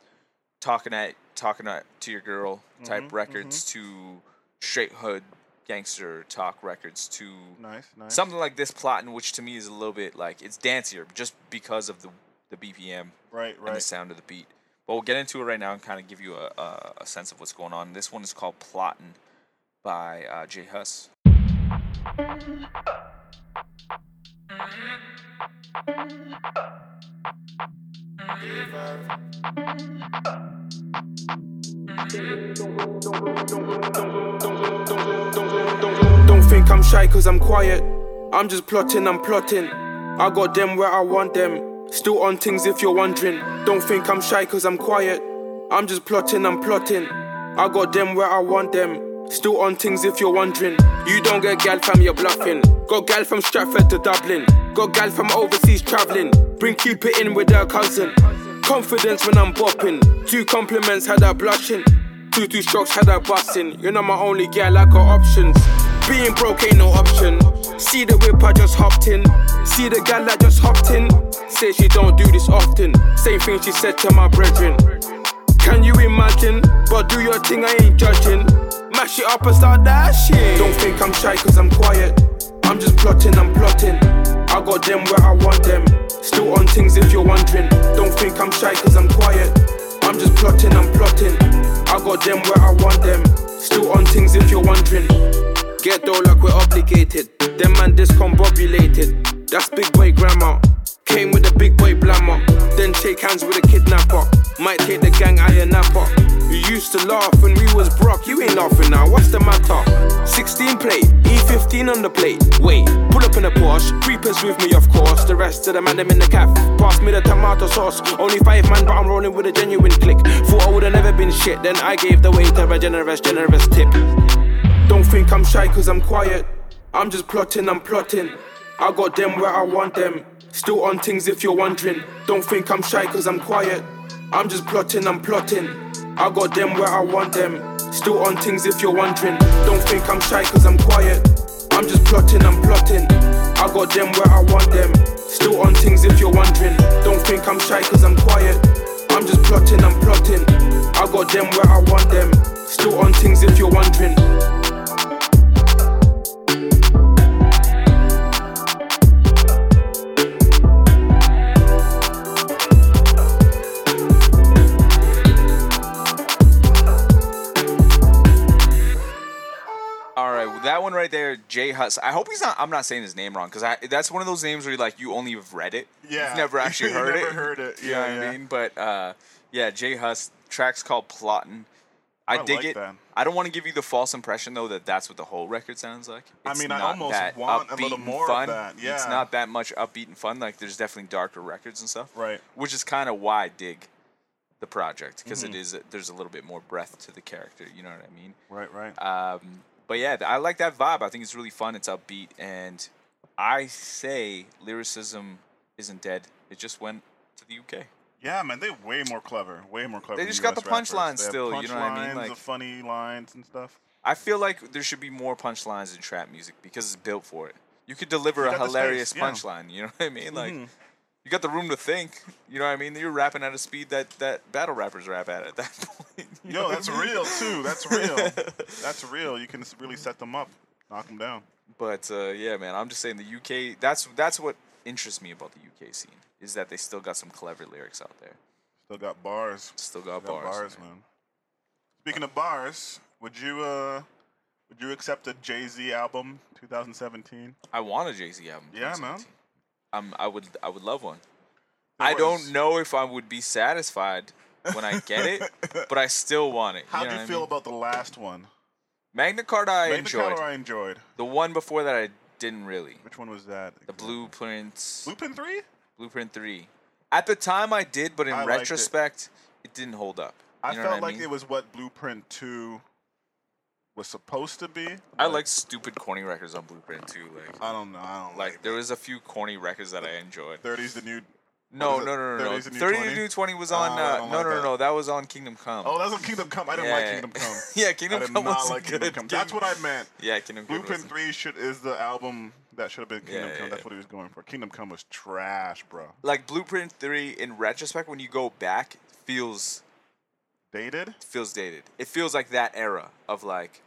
B: talking at talking at, to your girl type
A: Mm-hmm,
B: records to straight hood gangster talk records to
A: Nice, nice.
B: something like this plotting, which to me is a little bit like it's dancier just because of the the BPM
A: Right,
B: and the
A: right.
B: sound of the beat. But we'll get into it right now and kind of give you a, a, a sense of what's going on. This one is called Plotting by uh, Jay Huss.
F: Don't think I'm shy cause I'm quiet. I'm just plotting, I'm plotting. I got them where I want them. Still on things if you're wondering. Don't think I'm shy cause I'm quiet. I'm just plotting, I'm plotting. I got them where I want them. Still on things if you're wondering. You don't get gal fam, you're bluffing. Got gal from Stratford to Dublin. Got gal from overseas traveling. Bring keep it in with her cousin. Confidence when I'm bopping. Two compliments had her blushing. Two two strokes had her bustin'. You're not my only gal, I got options. Being broke ain't no option. See the whip I just hopped in. See the gal that just hopped in. Say she don't do this often. Same thing she said to my brethren. Can you imagine? But do your thing, I ain't judging. Mash it up and start dashing. Don't think I'm shy cause I'm quiet. I'm just plotting, I'm plotting. I got them where I want them. Still on things if you're wondering. Don't think I'm shy cause I'm quiet. I'm just plotting, I'm plotting. I got them where I want them. Still on things if you're wondering. Get though like we're obligated. Them man discombobulated. That's big boy grammar. Came with a big boy blammer. Then shake hands with a kidnapper. Might take the gang iron napper. You used to laugh when we was broke. You ain't laughing now. What's the matter? 16 plate, E15 on the plate. Wait, pull up in a Porsche. Creepers with me, of course. The rest of the man them in the caf. Pass me the tomato sauce. Only five man, but I'm rolling with a genuine click. Thought I would've never been shit. Then I gave the waiter a generous, generous tip. Don't think I'm shy cause I'm quiet. I'm just plotting, I'm plotting. I got them where I want them. Still on things if you're wondering. Don't think I'm shy cause I'm quiet. I'm just plotting, I'm plotting. I got them where I want them. Still on things if you're wondering. Don't think I'm shy cause I'm quiet. I'm just plotting, I'm plotting. I got them where I want them. Still on things if you're wondering. Don't think I'm shy cause I'm quiet. I'm just plotting, I'm plotting. I got them where I want them. Still on things if you're wondering.
B: All right, well, that one right there, Jay Huss. I hope he's not. I'm not saying his name wrong because that's one of those names where you like you only have read it.
A: Yeah.
B: you've never actually
A: [LAUGHS] You
B: heard
A: never
B: it.
A: heard it.
B: You
A: Yeah,
B: know what
A: yeah.
B: I mean. But uh, yeah, Jay Huss tracks called Plottin. I,
A: I
B: dig
A: like
B: it.
A: that.
B: I don't want to give you the false impression though that that's what the whole record sounds like.
A: I
B: It's
A: mean, I
B: not
A: almost
B: that
A: want a little
B: upbeat and
A: more of
B: fun.
A: that,
B: it's
A: yeah.
B: not that much upbeat and fun. Like there's definitely darker records and stuff.
A: Right.
B: which is kind of why I dig the project because
A: Mm-hmm.
B: is there's a little bit more breath to the character. You know what I mean?
A: Right, right.
B: Um, but yeah, th- I like that vibe. I think it's really fun. It's upbeat, and I say lyricism isn't dead. It just went to the UK.
A: yeah, man, they way more clever. Way more clever.
B: They
A: than
B: just got
A: US
B: the
A: rappers.
B: punchlines
A: They have
B: still, you know what I mean?
A: punchlines,
B: Like-
A: the funny lines and stuff.
B: I feel like there should be more punchlines in trap music because it's built for it. You could deliver
A: You
B: a
A: got the space,
B: hilarious
A: yeah. Mm-hmm.
B: punchline. You [LAUGHS] know what I mean? Like. You got the room to think. You know what I mean? You're rapping at a speed that, that battle rappers rap at [LAUGHS] at that point. You know
A: Yo,
B: what I
A: that's
B: mean?
A: real too. That's real. that's real. You can s- really set them up, knock them down.
B: But uh, yeah, man, I'm just saying the UK. That's that's what interests me about the UK scene is that they still got some clever lyrics out there.
A: Still got bars.
B: Still got
A: Still
B: bars, man.
A: man. Speaking of bars, would you uh, would you accept a Jay Z album, 2017?
B: I want a Jay Z album.
A: Yeah, man.
B: 2017. Um, I would I would love one.
A: There
B: I
A: was-
B: don't know if I would be satisfied when I get it,
A: [LAUGHS]
B: but I still want it.
A: How do
B: know
A: you
B: what I
A: feel
B: mean?
A: about the last one?
B: Magna Carta? I
A: Magna
B: enjoyed
A: Carta I enjoyed.
B: the one before that. I didn't really.
A: Which one was that?
B: The Blueprint
A: Lupin Three.
B: Blueprint Three. At the time, I did, but in
A: I liked it.
B: retrospect, it. didn't hold up.
A: I
B: You know what
A: felt like
B: mean?
A: it was what Blueprint Two was supposed to be.
B: I
A: but
B: like stupid corny records on Blueprint too. Like
A: I don't know. I don't
B: Like there was a few corny records that I enjoyed.
A: 30s the new.
B: No,
A: what is
B: no,
A: it?
B: no, no, no.
A: 30's the new
B: Thirty
A: 20?
B: to New Twenty was on.
A: Oh, I
B: Uh,
A: don't
B: no,
A: like
B: no, no,
A: that.
B: no. That was on Kingdom Come.
A: Oh, that's on Kingdom Come. I didn't like Kingdom Come.
B: [LAUGHS] yeah,
A: I
B: Kingdom
A: did
B: Come
A: not
B: was
A: like
B: good.
A: Kingdom Come. That's what I meant.
B: Yeah, Kingdom Come.
A: Blueprint
B: was-
A: Three should is the album that should have been Kingdom
B: Yeah,
A: Come.
B: yeah,
A: That's
B: yeah.
A: what he was going for. Kingdom Come was trash, bro.
B: Like Blueprint Three, in retrospect, when you go back, feels
A: Dated.
B: feels dated. It feels like that era of like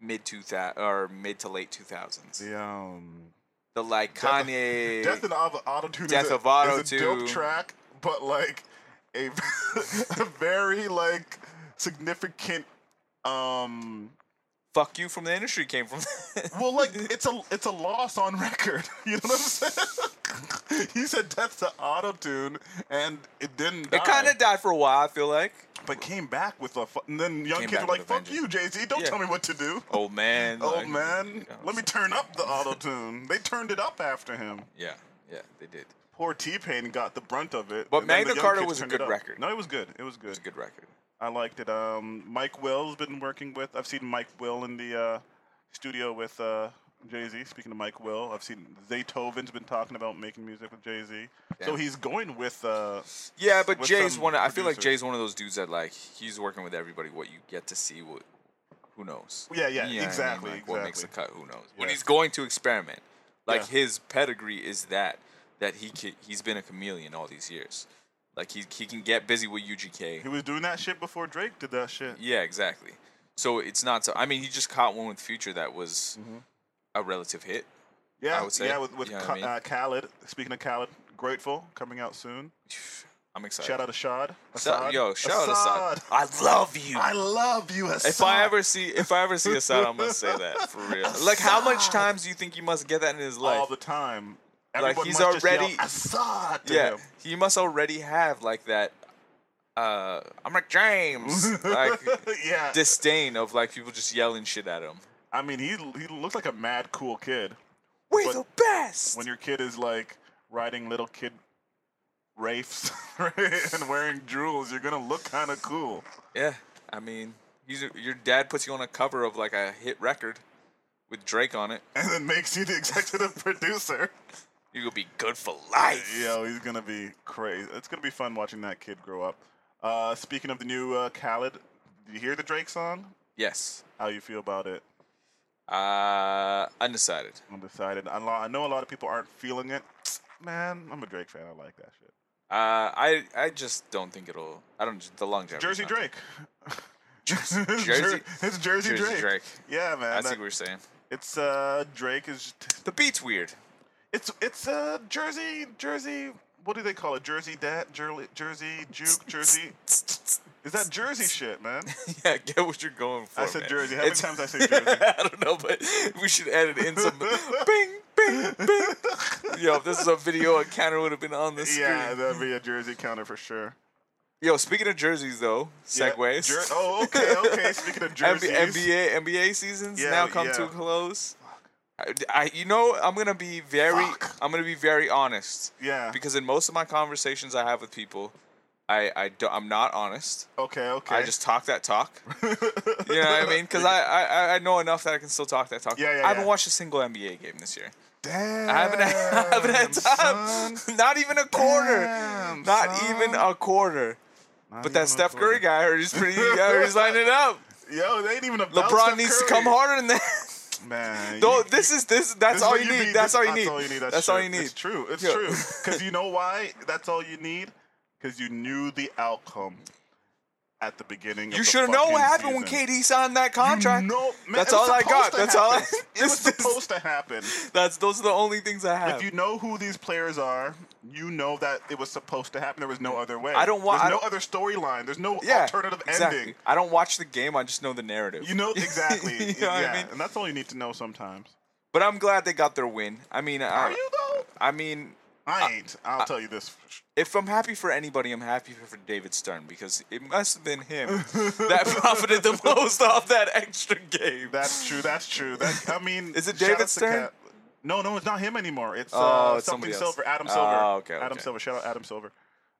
B: mid two thousand or mid to late two thousands.
A: The um,
B: The like
A: Death-
B: Kanye.
A: Death and Auto Tune.
B: Death
A: is a,
B: of Auto
A: is a dope
B: Tune.
A: track, but like a, [LAUGHS] a very like significant um
B: fuck you from the industry came from. [LAUGHS]
A: Well, like it's a it's a loss on record. [LAUGHS] You know what I'm saying? [LAUGHS] he said death to auto tune, and it didn't.
B: it kind of died for a while. I feel like.
A: but came back with a. Fu- and then young
B: Came
A: kids
B: back
A: were like,
B: with a
A: "Fuck
B: vengeance."
A: you, Jay Z! Don't
B: Yeah. Oh,
A: tell me what to do."
B: old man.
A: Old
B: like,
A: man,
B: you know,
A: let me
B: so-
A: turn up the auto tune. They turned it up after him.
B: Yeah, yeah, they did.
A: Poor T Pain got the brunt of it.
B: But
A: and then the
B: Magna
A: young
B: Carta
A: kids
B: was a
A: turned
B: good
A: it up.
B: record.
A: No, it was good. It was good.
B: It's a good record.
A: I liked it. Um, Mike Will's been working with. I've seen Mike Will in the uh, studio with uh, Jay Z. Speaking of Mike Will, I've seen Zaytoven's been talking about making music with Jay Z. So
B: Yeah.
A: he's going with. Uh,
B: Yeah, but
A: With
B: Jay's
A: some
B: one. Of, I feel like
A: producers.
B: Jay's one of those dudes that like he's working with everybody. What you get to see, what who knows?
A: Yeah, yeah,
B: You know what I mean?
A: exactly,
B: Like, What makes the
A: exactly.
B: cut? Who knows? When
A: Yeah.
B: he's going to experiment, like
A: Yeah.
B: his pedigree is that that he ca he's been a chameleon all these years. Like he he can get busy with UGK.
A: he was doing that shit before Drake did that shit.
B: Yeah, exactly. So it's not so. I mean, he just caught one with Future that was
A: Mm-hmm.
B: a relative hit.
A: Yeah,
B: I would say,
A: yeah, with, with
B: you know what
A: Ka-
B: I mean?
A: uh, Khaled. Speaking of Khaled, Grateful coming out soon.
B: I'm excited.
A: Shout out Ashad.
B: Shout,
A: Assad.
B: yo, shout out
A: Assad.
B: Assad. I love you.
A: I love you, Assad.
B: if I ever see if I ever see Assad, I'm gonna say that for
A: [LAUGHS]
B: real. Like, how much times do you think he must get that in his life?
A: all the time,
B: Like,
A: everyone
B: he's
A: must just yell,
B: already-
A: Assad. to
B: yeah,
A: him. [LAUGHS]
B: he must already have like that. Uh, I'm like
A: [LAUGHS]
B: James, like
A: yeah.
B: disdain of like people just yelling shit at him.
A: I mean, he he looks like a mad cool kid.
B: We're
A: But
B: the best.
A: When your kid is like riding little kid rafes [LAUGHS] and wearing jewels, you're gonna look kind of cool.
B: yeah, I mean, he's your dad puts you on a cover of like a hit record with Drake on it.
A: [LAUGHS] And then makes you the executive producer.
B: You gonna be good for life.
A: Yo, he's gonna be crazy. It's gonna be fun watching that kid grow up. Uh, speaking of the new uh, Khaled, did you hear the Drake song?
B: Yes.
A: How you feel about it?
B: Uh, undecided.
A: Undecided. I, lo- I know a lot of people aren't feeling it. Man, I'm a Drake fan. I like that shit.
B: Uh, I I just don't think it'll. I don't. The longevity.
A: Jersey Drake. [LAUGHS] Jersey,
B: [LAUGHS] Jersey-
A: it's Jersey,
B: Jersey
A: Drake.
B: Drake.
A: Yeah, man.
B: I see
A: that-
B: what you're saying.
A: it's uh Drake is just-
B: The beat's weird. [LAUGHS]
A: it's it's uh Jersey Jersey. What do they call it? Jersey dat Jersey Jersey juke
B: [LAUGHS]
A: Jersey. Is that Jersey shit, man?
B: Yeah, get what you're going for.
A: I said
B: man.
A: Jersey. How many
B: It's-
A: times I say Jersey?
B: [LAUGHS] I don't know, but we should edit
A: [LAUGHS]
B: in some bing, bing, bing. Yo, if this is a video, a counter would have been on the screen.
A: Yeah, that'd be a Jersey counter for sure.
B: Yo, speaking of jerseys though,
A: Yeah,
B: segues.
A: Jer- oh, okay, okay.
B: [LAUGHS]
A: Speaking of
B: MB-
A: jerseys,
B: NBA NBA seasons
A: Yeah,
B: now come to
A: yeah.
B: a close. I, I- you know, I'm gonna be very,
A: Fuck.
B: I'm gonna be very honest.
A: Yeah.
B: Because in most of my conversations I have with people, I, I don't, I'm not honest.
A: okay, okay.
B: I just talk
A: [LAUGHS]
B: that talk. you know what I mean? Because I, I, I know enough that I can still talk that talk.
A: Yeah, yeah,
B: I haven't
A: yeah.
B: watched a single NBA game this year.
A: damn.
B: I haven't, [LAUGHS] I haven't had time. [LAUGHS] Not even a quarter.
A: Damn,
B: not even
A: son.
B: a quarter. but that Steph Curry guy, I heard he's
A: [LAUGHS]
B: pretty. I heard he's lining up.
A: Yo, they ain't even about
B: LeBron
A: Steph
B: needs to
A: Curry.
B: come harder than
A: [LAUGHS]
B: that.
A: Man,
B: Though
A: you-
B: this is this. That's
A: this is
B: all
A: what
B: you need.
A: This-
B: That's all you need.
A: That's,
B: That's all
A: true.
B: you need.
A: It's true. It's
B: Yo.
A: true. Because you know why? That's all you need. Because you knew the outcome at the beginning.
B: You should have known what happened when KD signed that contract.
A: No, man,
B: That's
A: it was
B: all I got.
A: supposed to
B: That's all I-
A: happen. It
B: This-
A: was
B: this-
A: supposed to happen.
B: That's those are the only things I have.
A: If you know who these players are, you know that it was supposed to happen. There was no other way.
B: I don't want-
A: There's
B: I
A: no
B: don't-
A: other storyline. There's no
B: yeah,
A: alternative
B: exactly.
A: ending.
B: I don't watch the game. I just know the narrative.
A: You know exactly.
B: [LAUGHS] You know
A: yeah,
B: what I mean?
A: and that's all you need to know sometimes.
B: But I'm glad they got their win. I mean,
A: Are
B: I,
A: you though?
B: I mean,
A: I ain't.
B: Uh,
A: I'll tell you this.
B: if I'm happy for anybody, I'm happy for David Stern because it must have been
A: [LAUGHS]
B: him that [LAUGHS] profited the most off that extra game.
A: That's true. That's true. That I mean,
B: [LAUGHS] Is it
A: shout
B: David
A: out to
B: Stern?
A: Cat- No, no, it's not him anymore. It's,
B: Oh,
A: uh,
B: it's somebody
A: something
B: else.
A: Silver. Adam
B: Oh,
A: Silver.
B: okay,
A: Adam
B: okay.
A: Silver. Shout out Adam Silver.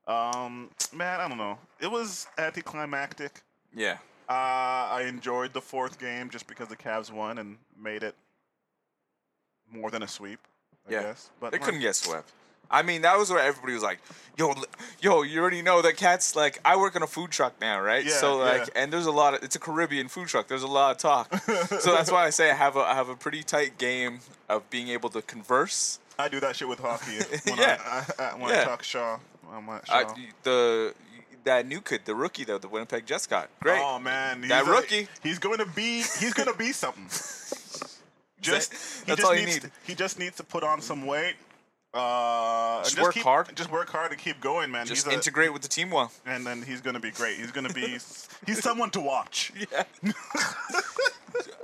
A: Um, man, I don't know. It was anticlimactic.
B: yeah,
A: Uh, I enjoyed the fourth game just because the Cavs won and made it more than a sweep. I
B: yeah.
A: guess. But
B: they
A: like,
B: couldn't get swept. I mean, that was where everybody was like, "Yo, li- yo, you already know that cats like I work in a food truck now, right?
A: Yeah,
B: so like,
A: yeah.
B: and there's a lot of it's a Caribbean food truck. There's a lot
A: [LAUGHS]
B: of talk. so that's why I say I have a I have a pretty tight game of being able to converse.
A: I do that shit with
B: [LAUGHS]
A: hockey when
B: Yeah.
A: I, I, I when
B: Yeah.
A: I talk Shaw. I'm like,
B: I,
A: Shaw.
B: the that new kid, the rookie though, the Winnipeg Jets got great.
A: Oh man, he's
B: That
A: a-
B: rookie.
A: He's going to be. He's going to be
B: [LAUGHS]
A: something. [LAUGHS] Just he
B: That's
A: just
B: all you
A: needs
B: need.
A: To, he just needs to put on some weight. Uh, and
B: Just work
A: keep-
B: hard.
A: Just work hard and keep going, man.
B: Just
A: he's a-
B: integrate with the team well.
A: and then he's gonna be great. He's gonna be. he's someone to
B: [LAUGHS]
A: watch.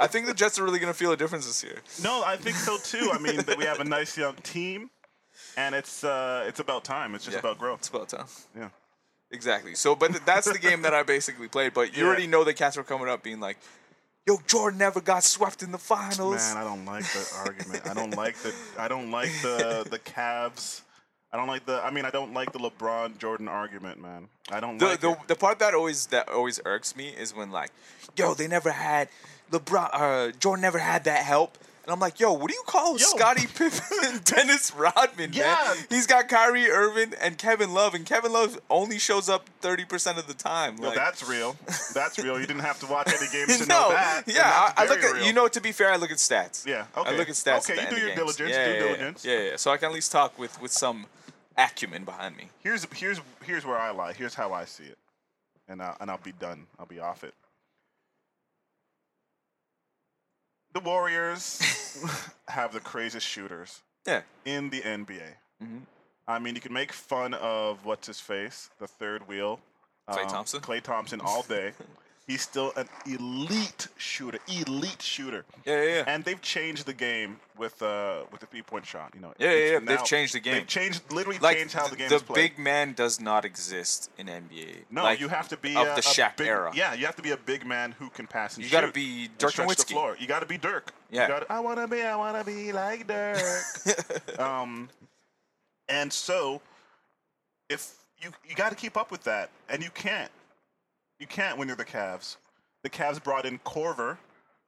B: I think the Jets are really going to feel a difference this year.
A: No, I think so too. I mean, that we have a nice young team, and it's uh, it's about time. It's just
B: Yeah.
A: about
B: It's
A: growth.
B: about time.
A: Yeah.
B: Exactly. So, but th- that's the game that I basically played. But you
A: Yeah.
B: already know the cats were coming up being like, yo, Jordan never got swept in the finals.
A: Man, I don't like the argument. I don't like the. I don't like the the Cavs. I don't like the. I mean, I don't like the LeBron Jordan argument, man. I don't
B: the,
A: like
B: the,
A: it.
B: the part that always that always irks me is when like, yo, they never had LeBron, uh, Jordan never had that help, and I'm like, yo, what do you call Scottie Pippen
A: [LAUGHS]
B: and Dennis Rodman?
A: Yeah.
B: man? he's got Kyrie Irving and Kevin Love, and Kevin Love only shows up thirty percent of the time.
A: No,
B: like,
A: that's real. That's real. You didn't have to watch any games to
B: [LAUGHS] no,
A: know that. and
B: yeah,
A: that's
B: I, I look
A: very
B: at
A: real.
B: you know. To be fair, I look at stats.
A: Yeah,
B: I
A: okay.
B: look at stats.
A: Okay,
B: at the
A: you do
B: end
A: your
B: of games.
A: diligence,
B: Yeah,
A: due
B: yeah, yeah.
A: diligence.
B: Yeah, yeah. So I can at least talk with with some acumen behind me.
A: here's here's here's where I lie. Here's how I see it, and I, and I'll be done. I'll be off it. The Warriors
B: [LAUGHS]
A: have the craziest shooters
B: Yeah,
A: in the NBA.
B: Mm-hmm.
A: I mean, you can make fun of what's his face, the third wheel,
B: Klay
A: um,
B: Thompson?
A: Klay Thompson,
B: [LAUGHS]
A: all day. He's still an elite shooter, elite shooter.
B: yeah, yeah. yeah.
A: And they've changed the game with uh with the three point shot. You know.
B: Yeah, yeah,
A: It's
B: yeah, they've changed the game.
A: They've changed literally
B: like
A: changed how the game
B: the
A: is played.
B: big man does not exist in NBA.
A: no,
B: Like,
A: you have to be
B: of
A: a,
B: the
A: a
B: Shaq
A: big-
B: era.
A: Yeah, you have to be a big man who can pass and
B: You
A: shoot.
B: gotta be
A: and
B: Dirk
A: stretch the
B: Nowitzki.
A: floor. You got to be Dirk. You
B: Yeah.
A: gotta, I wanna be. I wanna be like Dirk.
B: [LAUGHS]
A: um, and so if you you got to keep up with that, and you can't. You can't when you're the Cavs. The Cavs brought in Corver,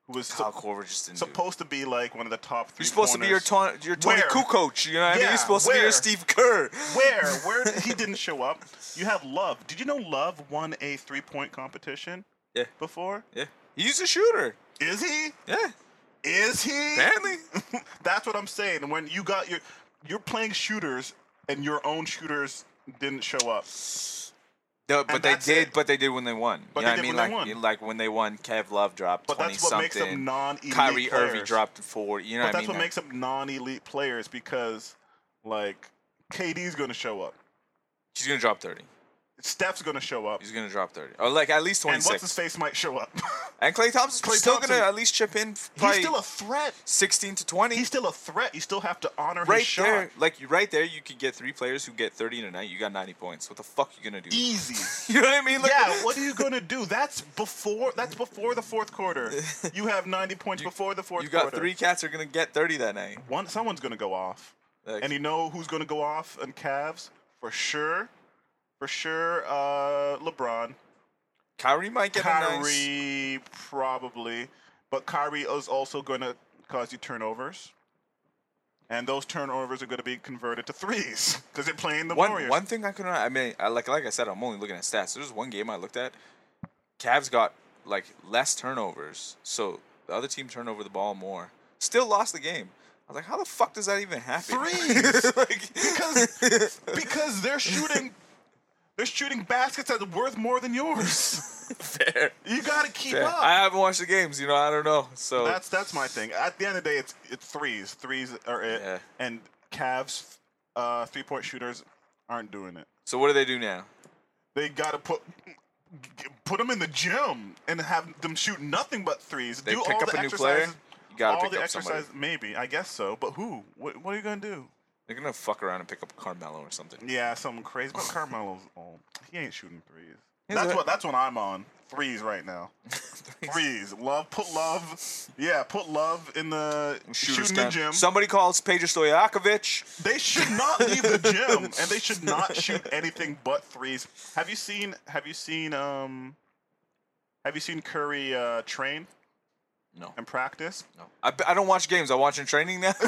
A: who was
B: Kyle
A: sup-
B: Korver just didn't. do it.
A: supposed to be like one of the top three.
B: You're supposed to be your
A: corners.
B: Tony, your Tony
A: Where?
B: Kukoc. You know what I mean?
A: Yeah,
B: You're supposed to be
A: where?
B: your Steve Kerr. [LAUGHS]
A: Where? Where did- he didn't show up? You have Love. Did you know Love won a three point competition?
B: Yeah.
A: Before?
B: Yeah, he's a shooter.
A: Is he?
B: Yeah,
A: Is he?
B: apparently.
A: [LAUGHS] That's what I'm saying. When you got your, you're playing shooters and your own shooters didn't show up.
B: No, but they
A: that's
B: did.
A: it.
B: But they did when they won.
A: But
B: you know
A: they
B: what I
A: did
B: mean?
A: when
B: like,
A: they won.
B: like when they won, Kev Love dropped
A: But
B: twenty
A: that's what makes them
B: something.
A: non-elite
B: Kyrie Irving
A: players.
B: dropped four. You know
A: But
B: what I
A: that's
B: mean?
A: what makes them non-elite players because, like, KD's gonna show up.
B: He's gonna drop thirty.
A: Steph's gonna show up.
B: He's gonna drop thirty, or like at least twenty
A: And what's his
B: six.
A: face might show up. [LAUGHS]
B: And Clay Thompson's
A: Klay
B: still gonna
A: Thompson-
B: at least chip in.
A: He's
B: Probably
A: still a threat.
B: sixteen to twenty.
A: He's still a threat. You still have to honor
B: right
A: his shot.
B: there, like you right there, you could get three players who get thirty in a night. You got ninety points. What the fuck you gonna do?
A: Easy.
B: [LAUGHS] You know what I mean? Like,
A: E yeah,
B: [LAUGHS]
A: what are you gonna do? That's before. That's before the fourth
B: [LAUGHS]
A: quarter. You have 90 points before the fourth.
B: You got
A: quarter.
B: three cats are gonna get thirty that night.
A: One, someone's gonna go off,
B: Like,
A: and you know who's gonna go off in Cavs for sure, for sure. Uh, LeBron,
B: Kyrie might get a nice.
A: Kyrie, probably, but Kyrie is also gonna cause you turnovers. And those turnovers are going to be converted to threes because they're playing the
B: One
A: Warriors.
B: one thing I could not. I mean, I, like like I said, I'm only looking at stats. There's one game I looked at. Cavs got like less turnovers, so the other team turned over the ball more. Still lost the game. I was like, how the fuck does that even happen? [LAUGHS]
A: Threes!
B: like, [LAUGHS]
A: because because they're shooting they're shooting baskets that are worth more than yours.
B: fair.
A: You got to keep
B: fair.
A: up.
B: I haven't watched the games. You know, I don't know. So
A: that's that's my thing. At the end of the day, it's it's threes. Threes are it,
B: Yeah.
A: and Cavs uh, three point shooters aren't doing it.
B: so what do they do now?
A: They got to put. g- Put them in the gym and have them shoot nothing but threes.
B: They
A: Do
B: pick
A: all
B: up
A: the
B: a new player?
A: exercises-
B: You gotta
A: all
B: pick
A: the
B: up somebody.
A: exercise. Maybe I guess so, but who? What, what are you gonna do?
B: They're gonna fuck around and pick up Carmelo or something.
A: Yeah, something crazy. But Carmelo's old. He ain't shooting threes.
B: Here's
A: That's
B: what-
A: what that's what I'm on. Threes right now.
B: [LAUGHS]
A: Threes. Love put love. Yeah, put love in the shooting
B: Shooter
A: the
B: stunt.
A: gym.
B: Somebody calls Pedro Stojakovic.
A: they should not leave the gym and they should
B: [LAUGHS]
A: not shoot anything but threes. Have you seen have you seen um have you seen Curry uh, train
B: No,
A: and practice?
B: no. I, I don't watch games. I watch in training now. [LAUGHS]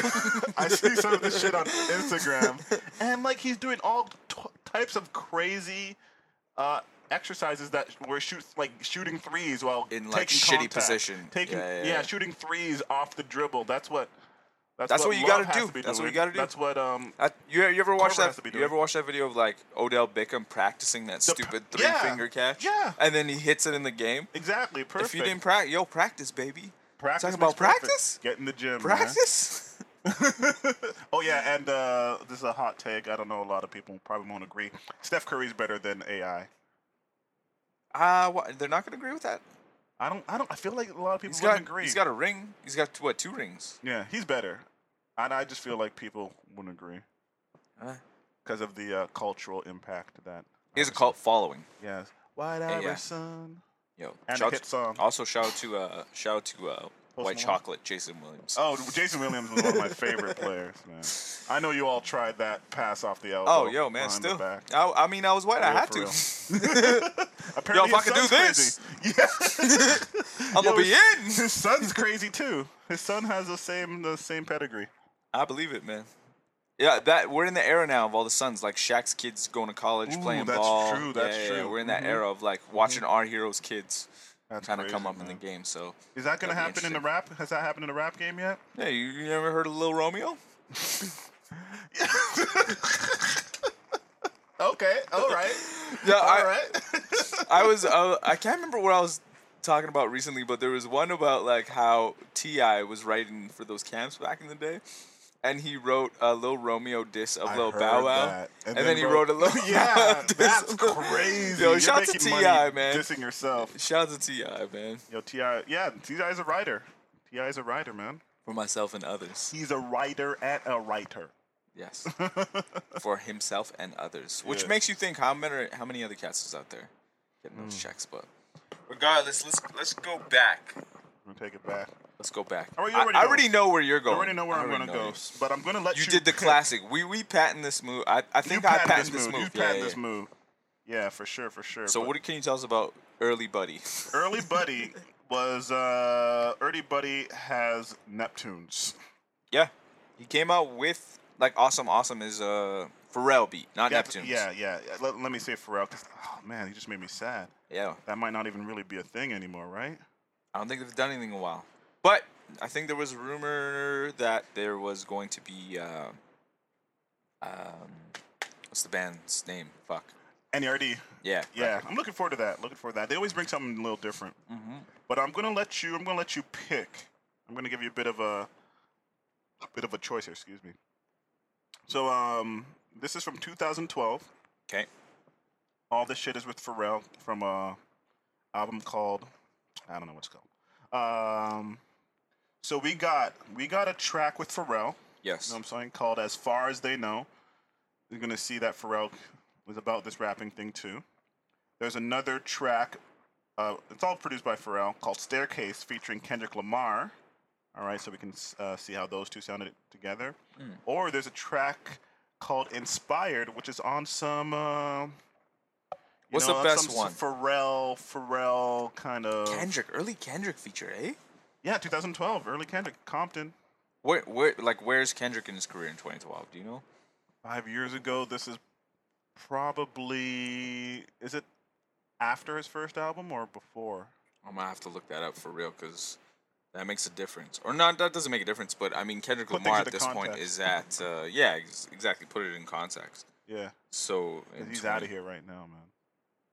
A: I see some of this shit on Instagram, and like he's doing all t- types of crazy uh, exercises that were shoot like shooting threes while
B: In, like,
A: taking
B: shitty
A: contact,
B: position.
A: taking
B: Yeah,
A: yeah,
B: yeah, yeah.
A: shooting threes off the dribble. That's what. That's,
B: That's what you gotta
A: Love has
B: do.
A: to be
B: That's what you
A: doing.
B: gotta do.
A: That's what um.
B: I, you, you ever watch
A: Korver has to be
B: that? You
A: doing
B: ever
A: it.
B: watch that video of like Odell Beckham practicing that
A: The pr-
B: stupid three
A: yeah,
B: finger catch?
A: yeah.
B: And then he hits it in the game.
A: Exactly, perfect.
B: If you didn't practice, yo, practice, baby.
A: practice,
B: Talking about
A: makes perfect.
B: practice?
A: get in the gym. man.
B: Practice. [LAUGHS]
A: Oh yeah, and uh, this is a hot take. I don't know. A lot of people probably won't agree. Steph Curry's better than AI.
B: Ah, wha- they're not gonna agree with that.
A: I don't. I don't. I feel like a lot of people
B: He's
A: wouldn't
B: got.
A: agree.
B: He's got a ring. He's got what? Two rings.
A: Yeah, he's better. And I just feel like people wouldn't agree
B: Uh,
A: because of the uh, cultural impact that.
B: he has a cult following.
A: Yes. White
B: Yeah, yeah.
A: Iverson.
B: Yo,
A: And a
B: shout
A: hit
B: to-
A: song.
B: Also, shout out to uh, shout out to uh,
A: Malone?
B: White Chocolate, Jason Williams.
A: Oh, Jason Williams was one of my favorite players, man. I know you all tried that pass off the elbow.
B: Oh, yo, man,
A: behind
B: still.
A: The back.
B: I, I mean, I was white. I
A: Real
B: had
A: for
B: to.
A: real.
B: [LAUGHS]
A: [LAUGHS] Apparently
B: if I
A: his
B: could
A: son's crazy.
B: do
A: [LAUGHS] Yeah.
B: I'm gonna
A: Yo,
B: be
A: his-
B: in. [LAUGHS]
A: His son's crazy too. His son has the same the same pedigree.
B: I believe it, man. Yeah, that we're in the era now of all the sons, like Shaq's kids going to college,
A: Ooh,
B: playing
A: that's
B: ball.
A: true, that's
B: Yeah, yeah, yeah,
A: true. Mm-hmm.
B: We're in that era of like watching our heroes' kids
A: That's
B: kind of
A: crazy,
B: come up in
A: man.
B: the game. So
A: Is that gonna
B: That'd be
A: happen in the rap? Has that happened in the rap game yet?
B: yeah, you, you never heard of Lil
A: [LAUGHS]
B: Romeo?
A: Okay, all [LAUGHS] right,
B: Yeah, I,
A: right.
B: I was uh, I can't remember what I was talking about recently, but there was one about like how Ti was writing for those camps back in the day, and he wrote a Lil Romeo diss of
A: I
B: Lil
A: heard
B: Bow Wow,
A: that.
B: and, then, he wrote a
A: [LAUGHS]
B: Lil
A: Yeah,
B: [LAUGHS] diss.
A: that's crazy.
B: Yo,
A: You're
B: shout out to
A: making
B: Ti,
A: money
B: man.
A: Dissing yourself.
B: Shout out to Ti, man,
A: Yo, Ti. Yeah, Ti is a writer. Ti is a writer, man.
B: for myself and others.
A: He's a writer and a writer. [LAUGHS]
B: Yes, for himself and others, which
A: Yeah.
B: makes you think how many how many other cats is out there getting
A: Hmm.
B: those checks, but. Regardless, let's let's go back.
A: I'm gonna take it back.
B: Let's go back.
A: Oh, you
B: I,
A: already
B: I
A: know.
B: already know where you're
A: I
B: going.
A: already know where
B: Oh, I
A: I'm
B: already
A: gonna
B: know
A: go,
B: you.
A: but I'm gonna [LAUGHS] let you.
B: You did the
A: pick.
B: classic. We we patent this move. I, I
A: You
B: think I
A: patented
B: patented this move.
A: You
B: Yeah,
A: patented
B: yeah,
A: this
B: yeah.
A: move. Yeah, for sure, for sure.
B: So
A: But
B: what can you tell us about early buddy? [LAUGHS]
A: early buddy was uh, Ernie Buddy has Neptunes.
B: Yeah, he came out with like awesome. Awesome is uh Pharrell beat, not
A: Yeah,
B: Neptune.
A: Yeah, yeah. Let, let me say Pharrell, because, oh, man, he just made me sad.
B: yeah.
A: That might not even really be a thing anymore, right?
B: I don't think they've done anything in a while. But I think there was a rumor that there was going to be uh, um, what's the band's name? Fuck.
A: NERD.
B: Yeah.
A: Yeah, I'm looking forward to that. Looking forward to that. They always bring something a little different. But I'm gonna let you. I'm gonna let you pick. I'm gonna give you a bit of a, a bit of a choice here. Excuse me. So um, this is from 2012.
B: Okay.
A: All this shit is with Pharrell from a album called I don't know what's called. Um, so we got we got a track with Pharrell.
B: Yes.
A: You know what I'm saying? Called As Far As They Know. You're going to see that Pharrell was about this rapping thing too. There's another track, uh, it's all produced by Pharrell, called Staircase featuring Kendrick Lamar. All right, so we can s- uh, see how those two sounded together.
B: Hmm.
A: Or there's a track called Inspired, which is on some. Uh, you
B: What's the
A: on
B: best
A: some
B: one?
A: Pharrell, Pharrell kind of.
B: Kendrick, early Kendrick feature, eh?
A: Yeah, 2012, early Kendrick, Compton.
B: Where, where, like, where's Kendrick in his career in 2012? Do you know?
A: five years ago. This is probably is it after his first album or before?
B: I'm gonna have to look that up for real because that makes a difference. Or not, that doesn't make a difference. But I mean, Kendrick
A: Put things
B: Lamar at
A: into
B: this point
A: context.
B: is at, uh, yeah, ex- exactly. Put it in context.
A: Yeah,
B: So
A: 'cause
B: in
A: he's
B: 20
A: out of here right now, man.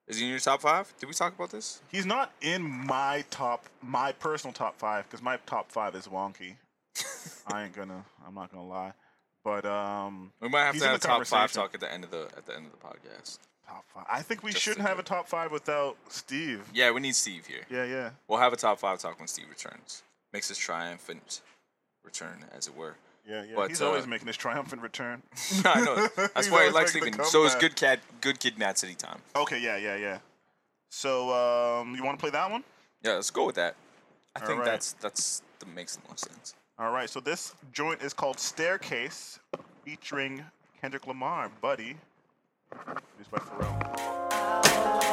B: Is he in your top five? Did we talk about this?
A: He's not in my top, my personal top five, because my top five is
B: [LAUGHS]
A: wonky. I ain't gonna, I'm not gonna lie, but um,
B: We might have
A: He's
B: to
A: in
B: have
A: the
B: top five
A: conversation.
B: talk at the end of the at the end of the podcast.
A: top five. I think we
B: Just
A: shouldn't
B: to
A: have
B: do-
A: a top five without Steve.
B: Yeah, we need Steve here.
A: Yeah, yeah.
B: We'll have a top five talk when Steve returns. Makes his triumphant return, as it were. [LAUGHS]
A: Yeah, yeah.
B: But,
A: He's always
B: uh,
A: making his triumphant return.
B: No, I [LAUGHS] know. That's
A: He's
B: why he
A: always
B: likes
A: making
B: leaving.
A: the
B: So it's
A: comeback.
B: good cat, good kid, Mad City time.
A: Okay, yeah, yeah, yeah. So, um, you want to play that one?
B: Yeah, let's go with that. I
A: All
B: think
A: right.
B: that's that's that makes the most sense.
A: All right, so this joint is called Staircase, featuring Kendrick Lamar, Buddy, produced by Pharrell.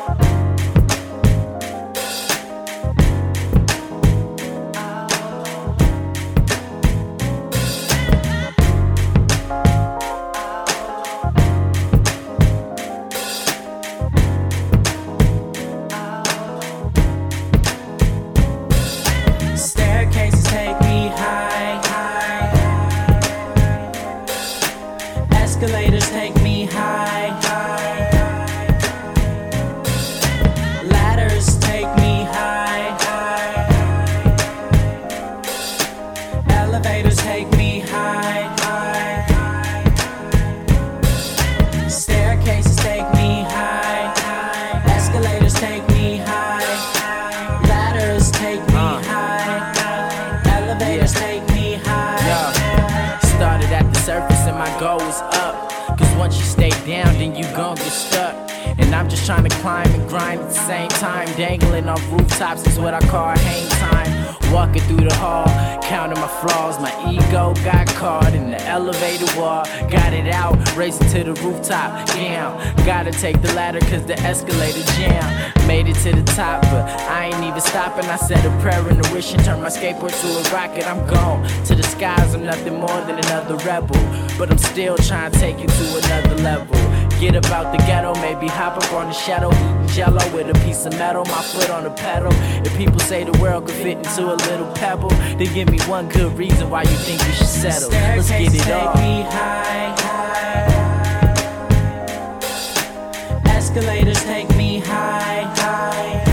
D: Staircases take me high, high. Escalators take me high, high. Ladders take me high, high. Elevators take me high, high. Staircases take me high, high. Escalators take me high. Ladders take me high. Elevators take me high.
G: Yeah. Started at the surface and my goal was up. Cause once you stay down, then you gon' get stuck. And I'm just trying to climb and grind at the same time. Dangling on rooftops is what I call hang time. Walking through the hall, counting my flaws. My ego got caught in the elevator wall. Got it out, racing to the rooftop. Damn, gotta take the ladder cause the escalator jam. Made it to the top, but I ain't even stopping. I said a prayer and a wish and turned my skateboard to a rocket. I'm gone to the skies. I'm nothing more than another rebel, but I'm still trying to take it to another level. Get about the ghetto, maybe hop up on the shadow, eating jello with a piece of metal, my foot on the pedal. If people say the world could fit into a little pebble, then give me one good reason why you think we should settle. Let's get
D: Staircases
G: it
D: take
G: on.
D: me high, high. Escalators take me high, high.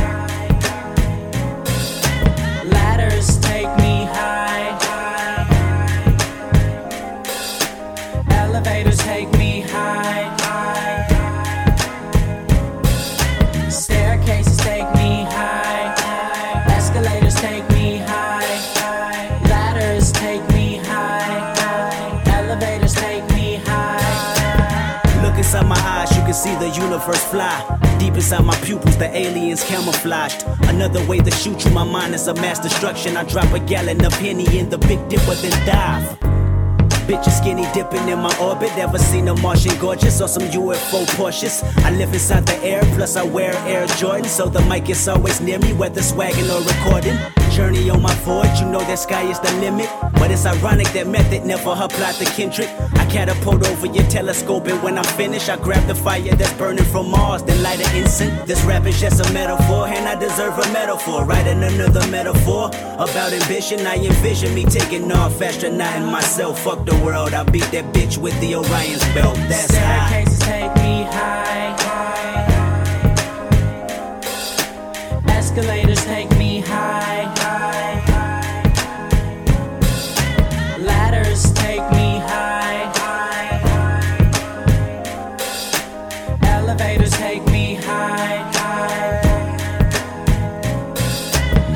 D: Ladders take me high, high. Elevators take me high, high. Staircases take me high, high. Escalators take me high, high. Ladders take me high, high. Elevators take me high.
H: Look inside my eyes, you can see the universe fly. Deep inside my pupils, the aliens camouflaged. Another way to shoot you, my mind is a mass destruction. I drop a gallon of penny in the big dipper, then dive. Bitches skinny dipping in my orbit. Never seen a Martian gorgeous or some UFO Porsches. I live inside the air, plus I wear Air Jordan. So the mic is always near me, whether swagging or recording. Journey on my forge, you know that sky is the limit. But it's ironic that method never applied to Kendrick. I catapult over your telescope, and when I'm finished, I grab the fire that's burning from Mars, then light an incense. This rap is just a metaphor, and I deserve a metaphor. Writing another metaphor about ambition, I envision me taking off, astronaut myself. Fuck the world, I beat that bitch with the Orion's belt. That's high.
D: Staircases take me high. Escalators take me high. Ladders take me high. Elevators take me high.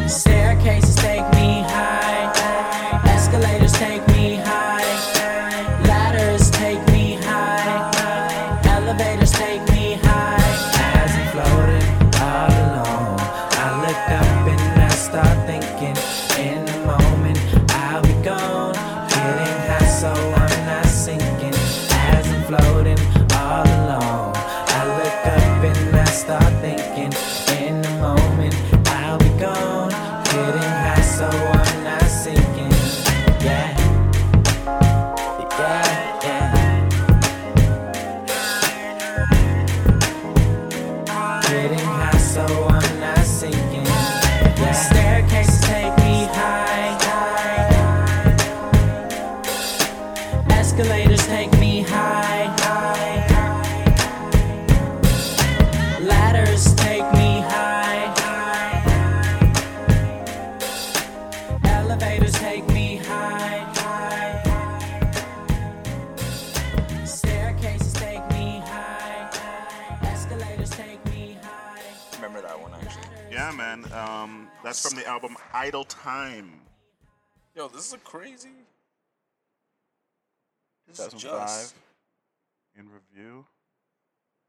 D: Staircases take me high. Escalators take me high. Ladders take me high. Elevators take me high.
I: as I'm floating all alone. I look up and I start thinking in the moment I'll be gone. Getting high, so I'm not sinking. As I'm floating all alone, I look up and I start thinking in the moment I'll be gone. Getting high, so I'm not sinking. Yeah, yeah, yeah. Getting high, so I'm not sinking. Yeah.
D: Staircases take me high. Escalators take me high. Ladders take me high. Elevators take me high. Staircases take me high. Escalators take me high.
B: Remember that one actually.
A: Yeah, man. Um, that's from the album Idle Time.
B: Yo, this is a crazy. This is
A: 2005
B: just,
A: in review.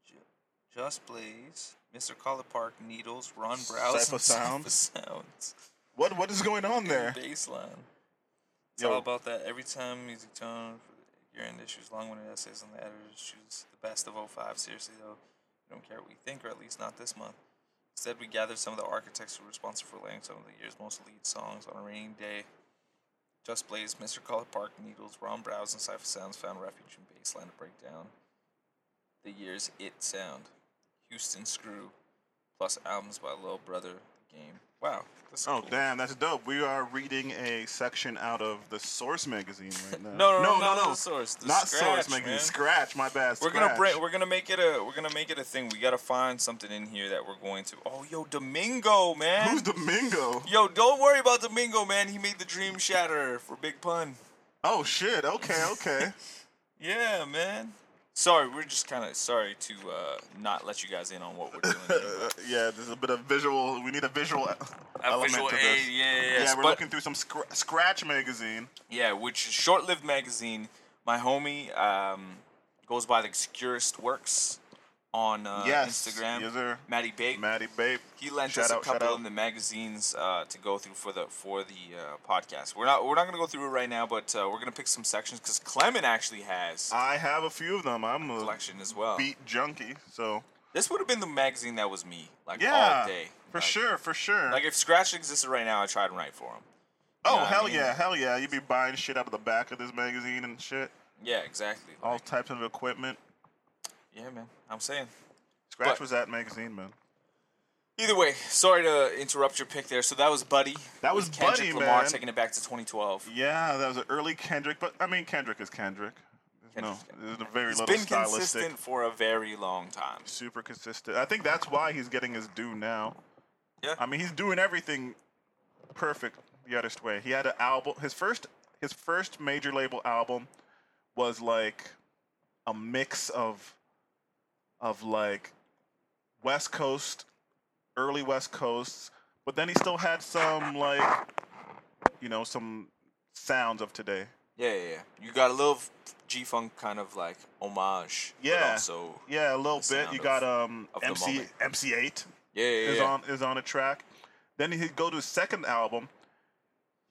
B: ju- just Blaze, Mr. Collar Park, Needles, Ron Browse,
A: Cypher
B: and
A: Sounds.
B: Cypher Sounds.
A: What what is going on there?
B: Baseline. It's
A: Yo.
B: all about that. Every time music tone, your end issues, long-winded essays on the editors choose the best of 05. Seriously though, we don't care what you think, or at least not this month. Instead, we gathered some of the architects who were responsible for laying some of the year's most lead songs on a rainy day. Just Blaze, Mr. Collar Park, Needles, Ron Browse, and Cypher Sounds found refuge in baseline to break down the year's It Sound, Houston Screw, plus albums by Lil Brother, The Game. Wow. That's
A: Oh
B: cool.
A: damn, that's dope. We are reading a section out of the Source magazine right now.
B: [LAUGHS] No, no, no, not the Source, the
A: not
B: Scratch,
A: Source magazine.
B: man.
A: Scratch. My bad.
B: We're gonna
A: Scratch.
B: bring, we're gonna make it a we're gonna make it a thing. We gotta find something in here that we're going to. Oh, yo, Domingo, man.
A: Who's Domingo?
B: yo, don't worry about Domingo, man. He made the dream shatter for Big Pun.
A: Oh shit. Okay,
B: [LAUGHS]
A: okay.
B: Yeah, man. Sorry, we're just kind of sorry to uh, not let you guys in on what we're doing. Here,
A: [LAUGHS] Uh, yeah, there's a bit of visual. We need a visual e- [LAUGHS]
B: A
A: element
B: visual
A: to
B: aid,
A: this.
B: yeah, yeah, yes,
A: yeah. We're
B: but-
A: looking through some scr- Scratch magazine.
B: Yeah, which is Short Lived Magazine. My homie um, goes by the Obscurest Works on uh,
A: Yes,
B: Instagram.
A: yes, sir.
B: Maddie Bake.
A: Maddie Babe.
B: he lent
A: shout
B: us a
A: out, shout
B: couple
A: out.
B: of the magazines uh, to go through for the for the uh, podcast. We're not we're not gonna go through it right now, but uh, we're gonna pick some sections because Clement actually has
A: I have a few of them. I'm
B: a
A: a
B: collection as well.
A: beat junkie, so
B: This would have been the magazine that was me, like
A: yeah,
B: all day,
A: for
B: Like-
A: sure, for sure.
B: Like if Scratch existed right now, I tried and write for him.
A: oh
B: what I
A: hell
B: mean?
A: yeah, hell yeah! You'd be buying shit out of the back of this magazine and shit.
B: Yeah, exactly.
A: All
B: Like,
A: types of equipment.
B: yeah, man. I'm saying.
A: Scratch
B: But-
A: was that magazine, man.
B: Either way, sorry to interrupt your pick there. So that was Buddy.
A: That
B: with
A: was
B: Kendrick
A: Buddy,
B: Lamar
A: man.
B: taking it back to 2012.
A: Yeah, that was an early Kendrick, but I mean Kendrick is Kendrick.
B: Kendrick's
A: no, there's a very
B: He's
A: little
B: been
A: stylistic,
B: consistent for a very long time.
A: super consistent. I think that's why he's getting his due now.
B: Yeah.
A: I mean he's doing everything perfect the oddest way. He had an album. His first his first major label album was like a mix of of like West Coast, early West Coasts, but then he still had some like you know some sounds of today.
B: Yeah, yeah, yeah. You got a little G funk kind of like homage. But
A: Yeah.
B: also,
A: Yeah, a little
B: the
A: bit.
B: sound
A: You
B: of-
A: got um
B: of the
A: MC
B: moment.
A: MC8
B: yeah, yeah,
A: is
B: yeah.
A: on is on a track. Then he go to his second album.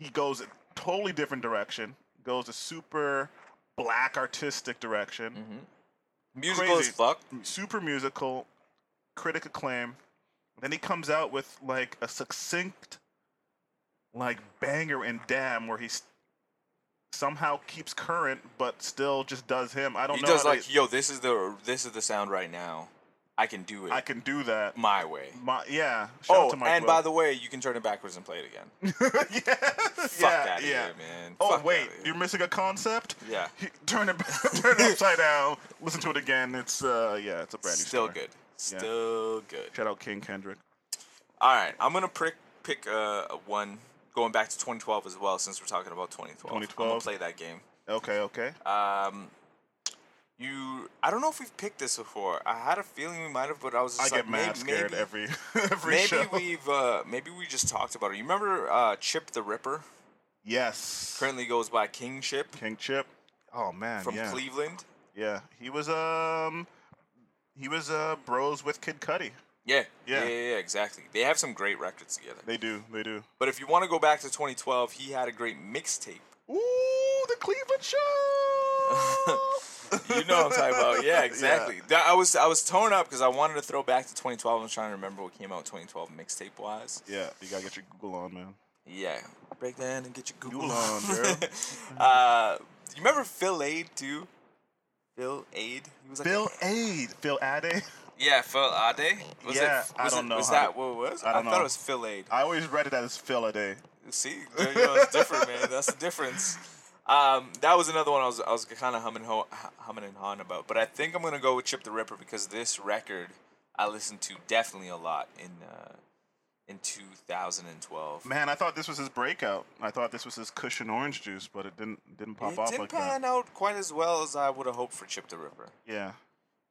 A: He goes a totally different direction. Goes a super black artistic direction.
B: Musical
A: Crazy.
B: as fuck.
A: super musical, critic acclaim. Then he comes out with like a succinct, like banger and damn, where he s- somehow keeps current but still just does him. I don't
B: He
A: know.
B: does
A: how
B: like,
A: they-
B: yo, this is the this is the sound right now. I can do it
A: I can do that.
B: my way.
A: My yeah. Shout out
B: Oh,
A: to Mike
B: and
A: Will.
B: by the way, you can turn it backwards and play it again.
A: [LAUGHS] yeah, [LAUGHS]
B: Fuck
A: yeah,
B: outta
A: yeah.
B: here, man.
A: Oh
B: Fuck
A: wait,
B: outta here.
A: [LAUGHS] you're missing a concept.
B: Yeah.
A: He- [LAUGHS] turn it turn it upside down. Listen to it again. It's uh yeah, it's a brand new.
B: Still
A: story.
B: good. Still good.
A: Shout out King Kendrick.
B: All right, I'm gonna prick, pick uh, one going back to 2012 as well, since we're talking about 2012. I'm gonna
A: 2012.
B: play that game.
A: Okay, okay.
B: Um, you, I don't know if we've picked this before. I had a feeling we might have, but I was.
A: I
B: Just
A: get
B: like,
A: mad
B: maybe,
A: scared
B: maybe,
A: every [LAUGHS] every
B: maybe
A: show.
B: we've uh, maybe we just talked about it. You remember uh, Chip the Ripper?
A: Yes.
B: Currently goes by King Chip
A: King Chip. Oh man,
B: from
A: yeah.
B: Cleveland.
A: Yeah, he was um he was uh bros with Kid Cudi.
B: Yeah.
A: Yeah.
B: yeah, yeah, yeah, exactly. They have some great records together.
A: They do, they do.
B: But if you want to go back to 2012, he had a great mixtape.
A: Ooh, the Cleveland
B: [LAUGHS]
A: show.
B: You know what I'm talking
A: [LAUGHS]
B: about? Yeah, exactly. That, I was I was torn up because I wanted to throw back to 2012. I was trying to remember what came out 2012 mixtape wise.
A: yeah, you gotta get your Google on, man.
B: Yeah, break down and get your Google,
A: Google
B: on.
A: on, [LAUGHS] girl.
B: [LAUGHS] uh, you remember Phil Aid too? Phil Aid. He was like
A: Phil
B: a-
A: Aid, Phil Ade.
B: yeah, Phil Ade. Was
A: Yeah,
B: it,
A: I
B: was
A: don't
B: it,
A: know
B: Was
A: how
B: that
A: to-
B: what it was?
A: I don't
B: thought
A: know.
B: it was Phil Aid.
A: I always read it as Phil Ade.
B: See, there you go. It's different, man. That's difference. Um, that was another one I was I was kind of humming ho- hu- humming and hawing about, but I think I'm gonna go with Chip the Ripper because this record I listened to definitely a lot in uh, in 2012.
A: Man, I thought this was his breakout. I thought this was his cushion orange juice, but it didn't didn't pop
B: it
A: off
B: didn't
A: like
B: pan
A: that.
B: out quite as well as I would have hoped for Chip the Ripper,
A: Yeah.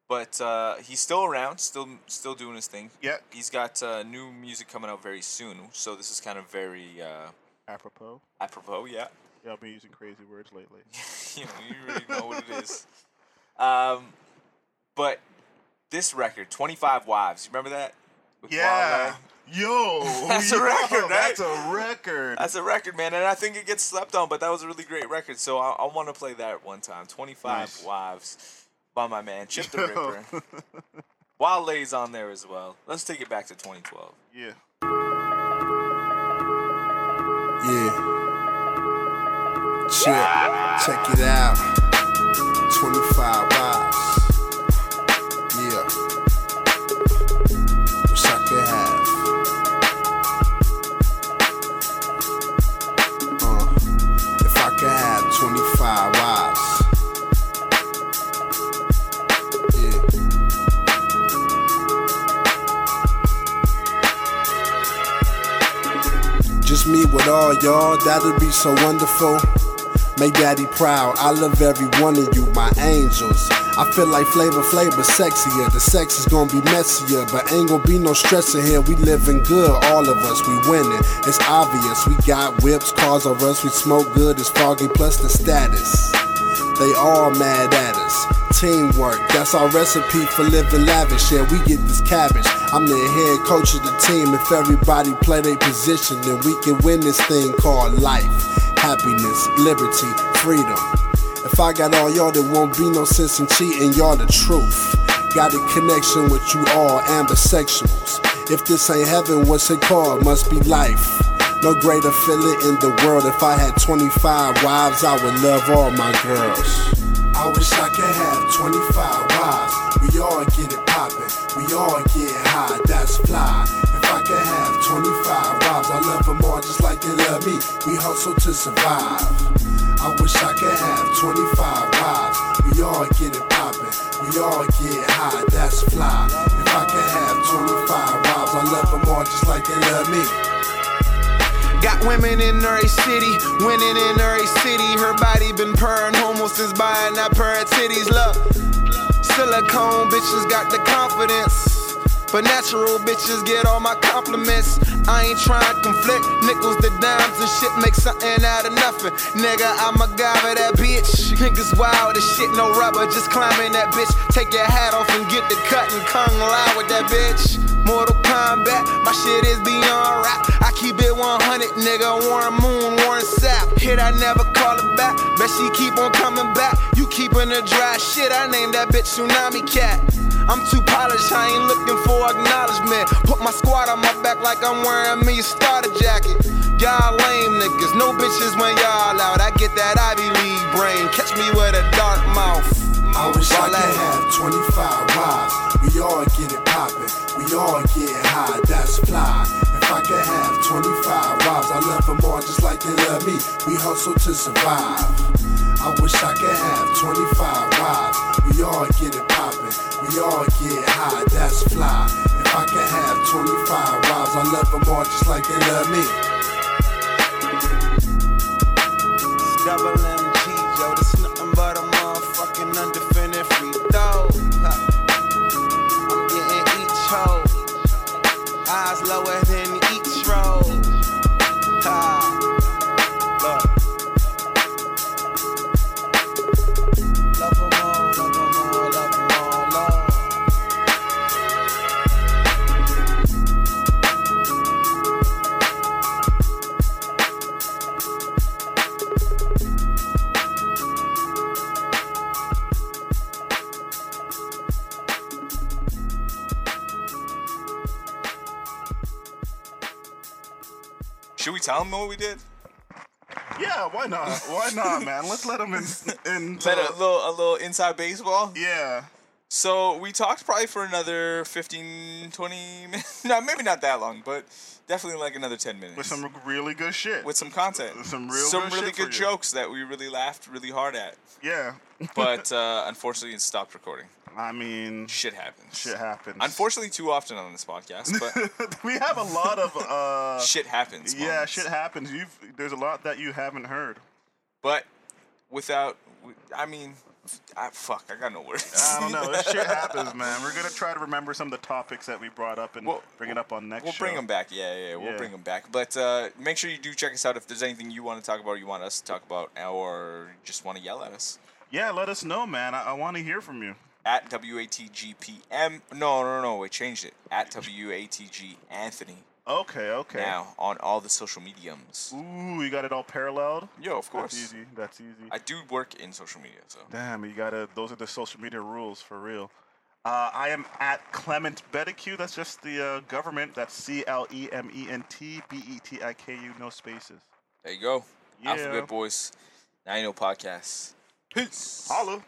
B: but uh, he's still around, still still doing his thing.
A: Yeah.
B: he's got uh, new music coming out very soon, so this is kind of very uh,
A: Apropos.
B: apropos. Yeah. [LAUGHS]
A: Yeah, I've been using crazy words lately.
B: you know, you already know what it is. Um, but this record, 25 Wives, you remember that? With
A: Yeah.
B: Wale?
A: Yo.
B: [LAUGHS] That's a
A: yo,
B: record, right?
A: That's a record.
B: That's a record, man, and I think it gets slept on, but that was a really great record, so I, I want to play that one time. 25
A: Nice.
B: Wives by my man Chip the Ripper. Wale's on there as well. Let's take it back to 2012.
A: [LAUGHS] yeah.
J: Yeah. Check. Check it out. 25 wives. Yeah. Wish I could have. Uh, if I could have 25 wives. Yeah. Just me with all y'all, that'd be so wonderful. Make daddy proud, I love every one of you, my angels. I feel like flavor, flavor, sexier. The sex is gonna be messier, but ain't gonna be no stress in here. We living good, all of us, we winning. It's obvious, we got whips, cars over us, we smoke good, it's foggy, plus the status. They all mad at us. Teamwork, that's our recipe for living lavish. Yeah, we get this cabbage. I'm the head coach of the team. If everybody play their position, then we can win this thing called life, happiness, liberty, freedom. If I got all y'all, there won't be no sense in cheating. Y'all the truth. Got a connection with you all, ambisexuals. If this ain't heaven, what's it called? Must be life. No greater feeling in the world. If I had 25 wives, I would love all my girls. I wish I could have 25 wives. We all get it poppin', we all get high, that's fly. If I could have 25 wives, I love them all just like they love me. We hustle to survive. I wish I could have 25 wives. We all get it poppin', we all get high, that's fly. If I could have 25 wives, I love them all just like they love me.
K: Got women in every city, winning in every city. Her body been purring, homo since buying that pair of titties. Look, silicone bitches got the confidence. But natural bitches get all my compliments. I ain't trying to conflict. Nickels to dimes and shit make something out of nothing. Nigga, I'm a guy for that bitch. Niggas wild as shit, no rubber, just climbing that bitch. Take your hat off and get the cut and kung lao with that bitch. Mortal Kombat, my shit is beyond rap. I keep it 100, nigga. Warren Moon, Warren Sapp. Hit I never call her back. Bet she keep on coming back. You keeping her dry. Shit, I named that bitch Tsunami Cat. I'm too polished, I ain't looking for acknowledgement. Put my squad on my back like I'm wearing me a starter jacket. Y'all lame niggas, no bitches when y'all out. I get that Ivy League brain. Catch me with a dark mouth.
L: I wish I
K: While
L: could have 25 wives. We all get it poppin', we all get high, that's fly. If I could have 25 wives, I love them all just like they love me. We hustle to survive. I wish I could have 25 wives. We all get it poppin', we all get high, that's fly. If I could have 25 wives, I love them all just like they love me.
K: It's double MG, yo. That's nothing but a motherfucking undefended free throw. Huh. I'm getting each hoe. Eyes lower than each roll. Ha. Look. Love 'em all, love 'em all, love 'em all, love.
B: Should we tell them what we did?
A: Yeah, why not? Why not, man? Let's let
B: [LAUGHS]
A: him in. in
B: Let a little a little inside baseball.
A: yeah.
B: So we talked probably for another 15, 20 minutes. [LAUGHS] No, maybe not that long, but definitely like another 10 minutes.
A: With some really good shit.
B: with some content.
A: with some real
B: some
A: good
B: really
A: shit for
B: good
A: you.
B: jokes that we really laughed really hard [LAUGHS] at.
A: yeah.
B: But uh, unfortunately, it stopped recording.
A: I mean,
B: Shit happens.
A: shit happens.
B: Unfortunately, too often on this podcast,
A: [LAUGHS]
B: but
A: we have a lot of uh
B: [LAUGHS] shit happens.
A: yeah,
B: moments.
A: shit happens. You've there's a lot that you haven't heard.
B: But without, I mean, I, fuck, I got no words.
A: I
B: [LAUGHS]
A: don't know. This shit happens, man. We're gonna try to remember some of the topics that we brought up and
B: Well,
A: bring it up on next.
B: We'll
A: show.
B: bring them back. Yeah, yeah, yeah. we'll
A: Yeah.
B: bring them back. But uh, make sure you do check us out if there's anything you want to talk about, or you want us to talk about, or just want to yell at us.
A: Yeah, let us know, man. I, I want to hear from you.
B: At WATGPM. No, no, no. We changed it. At WATG Anthony
A: Okay, okay.
B: now on all the social mediums.
A: Ooh, you got it all paralleled.
B: Yo, of course.
A: That's easy. That's easy.
B: I do work in social media, so.
A: Damn, you gotta. Those are the social media rules for real. Uh, I am at Clement Betiq. That's just the uh, government. That's C L E M E N T B E T I K U. No spaces.
B: There you go.
A: Yeah.
B: oh Alphabet Boys, 90 Podcast. Peace.
A: Holla.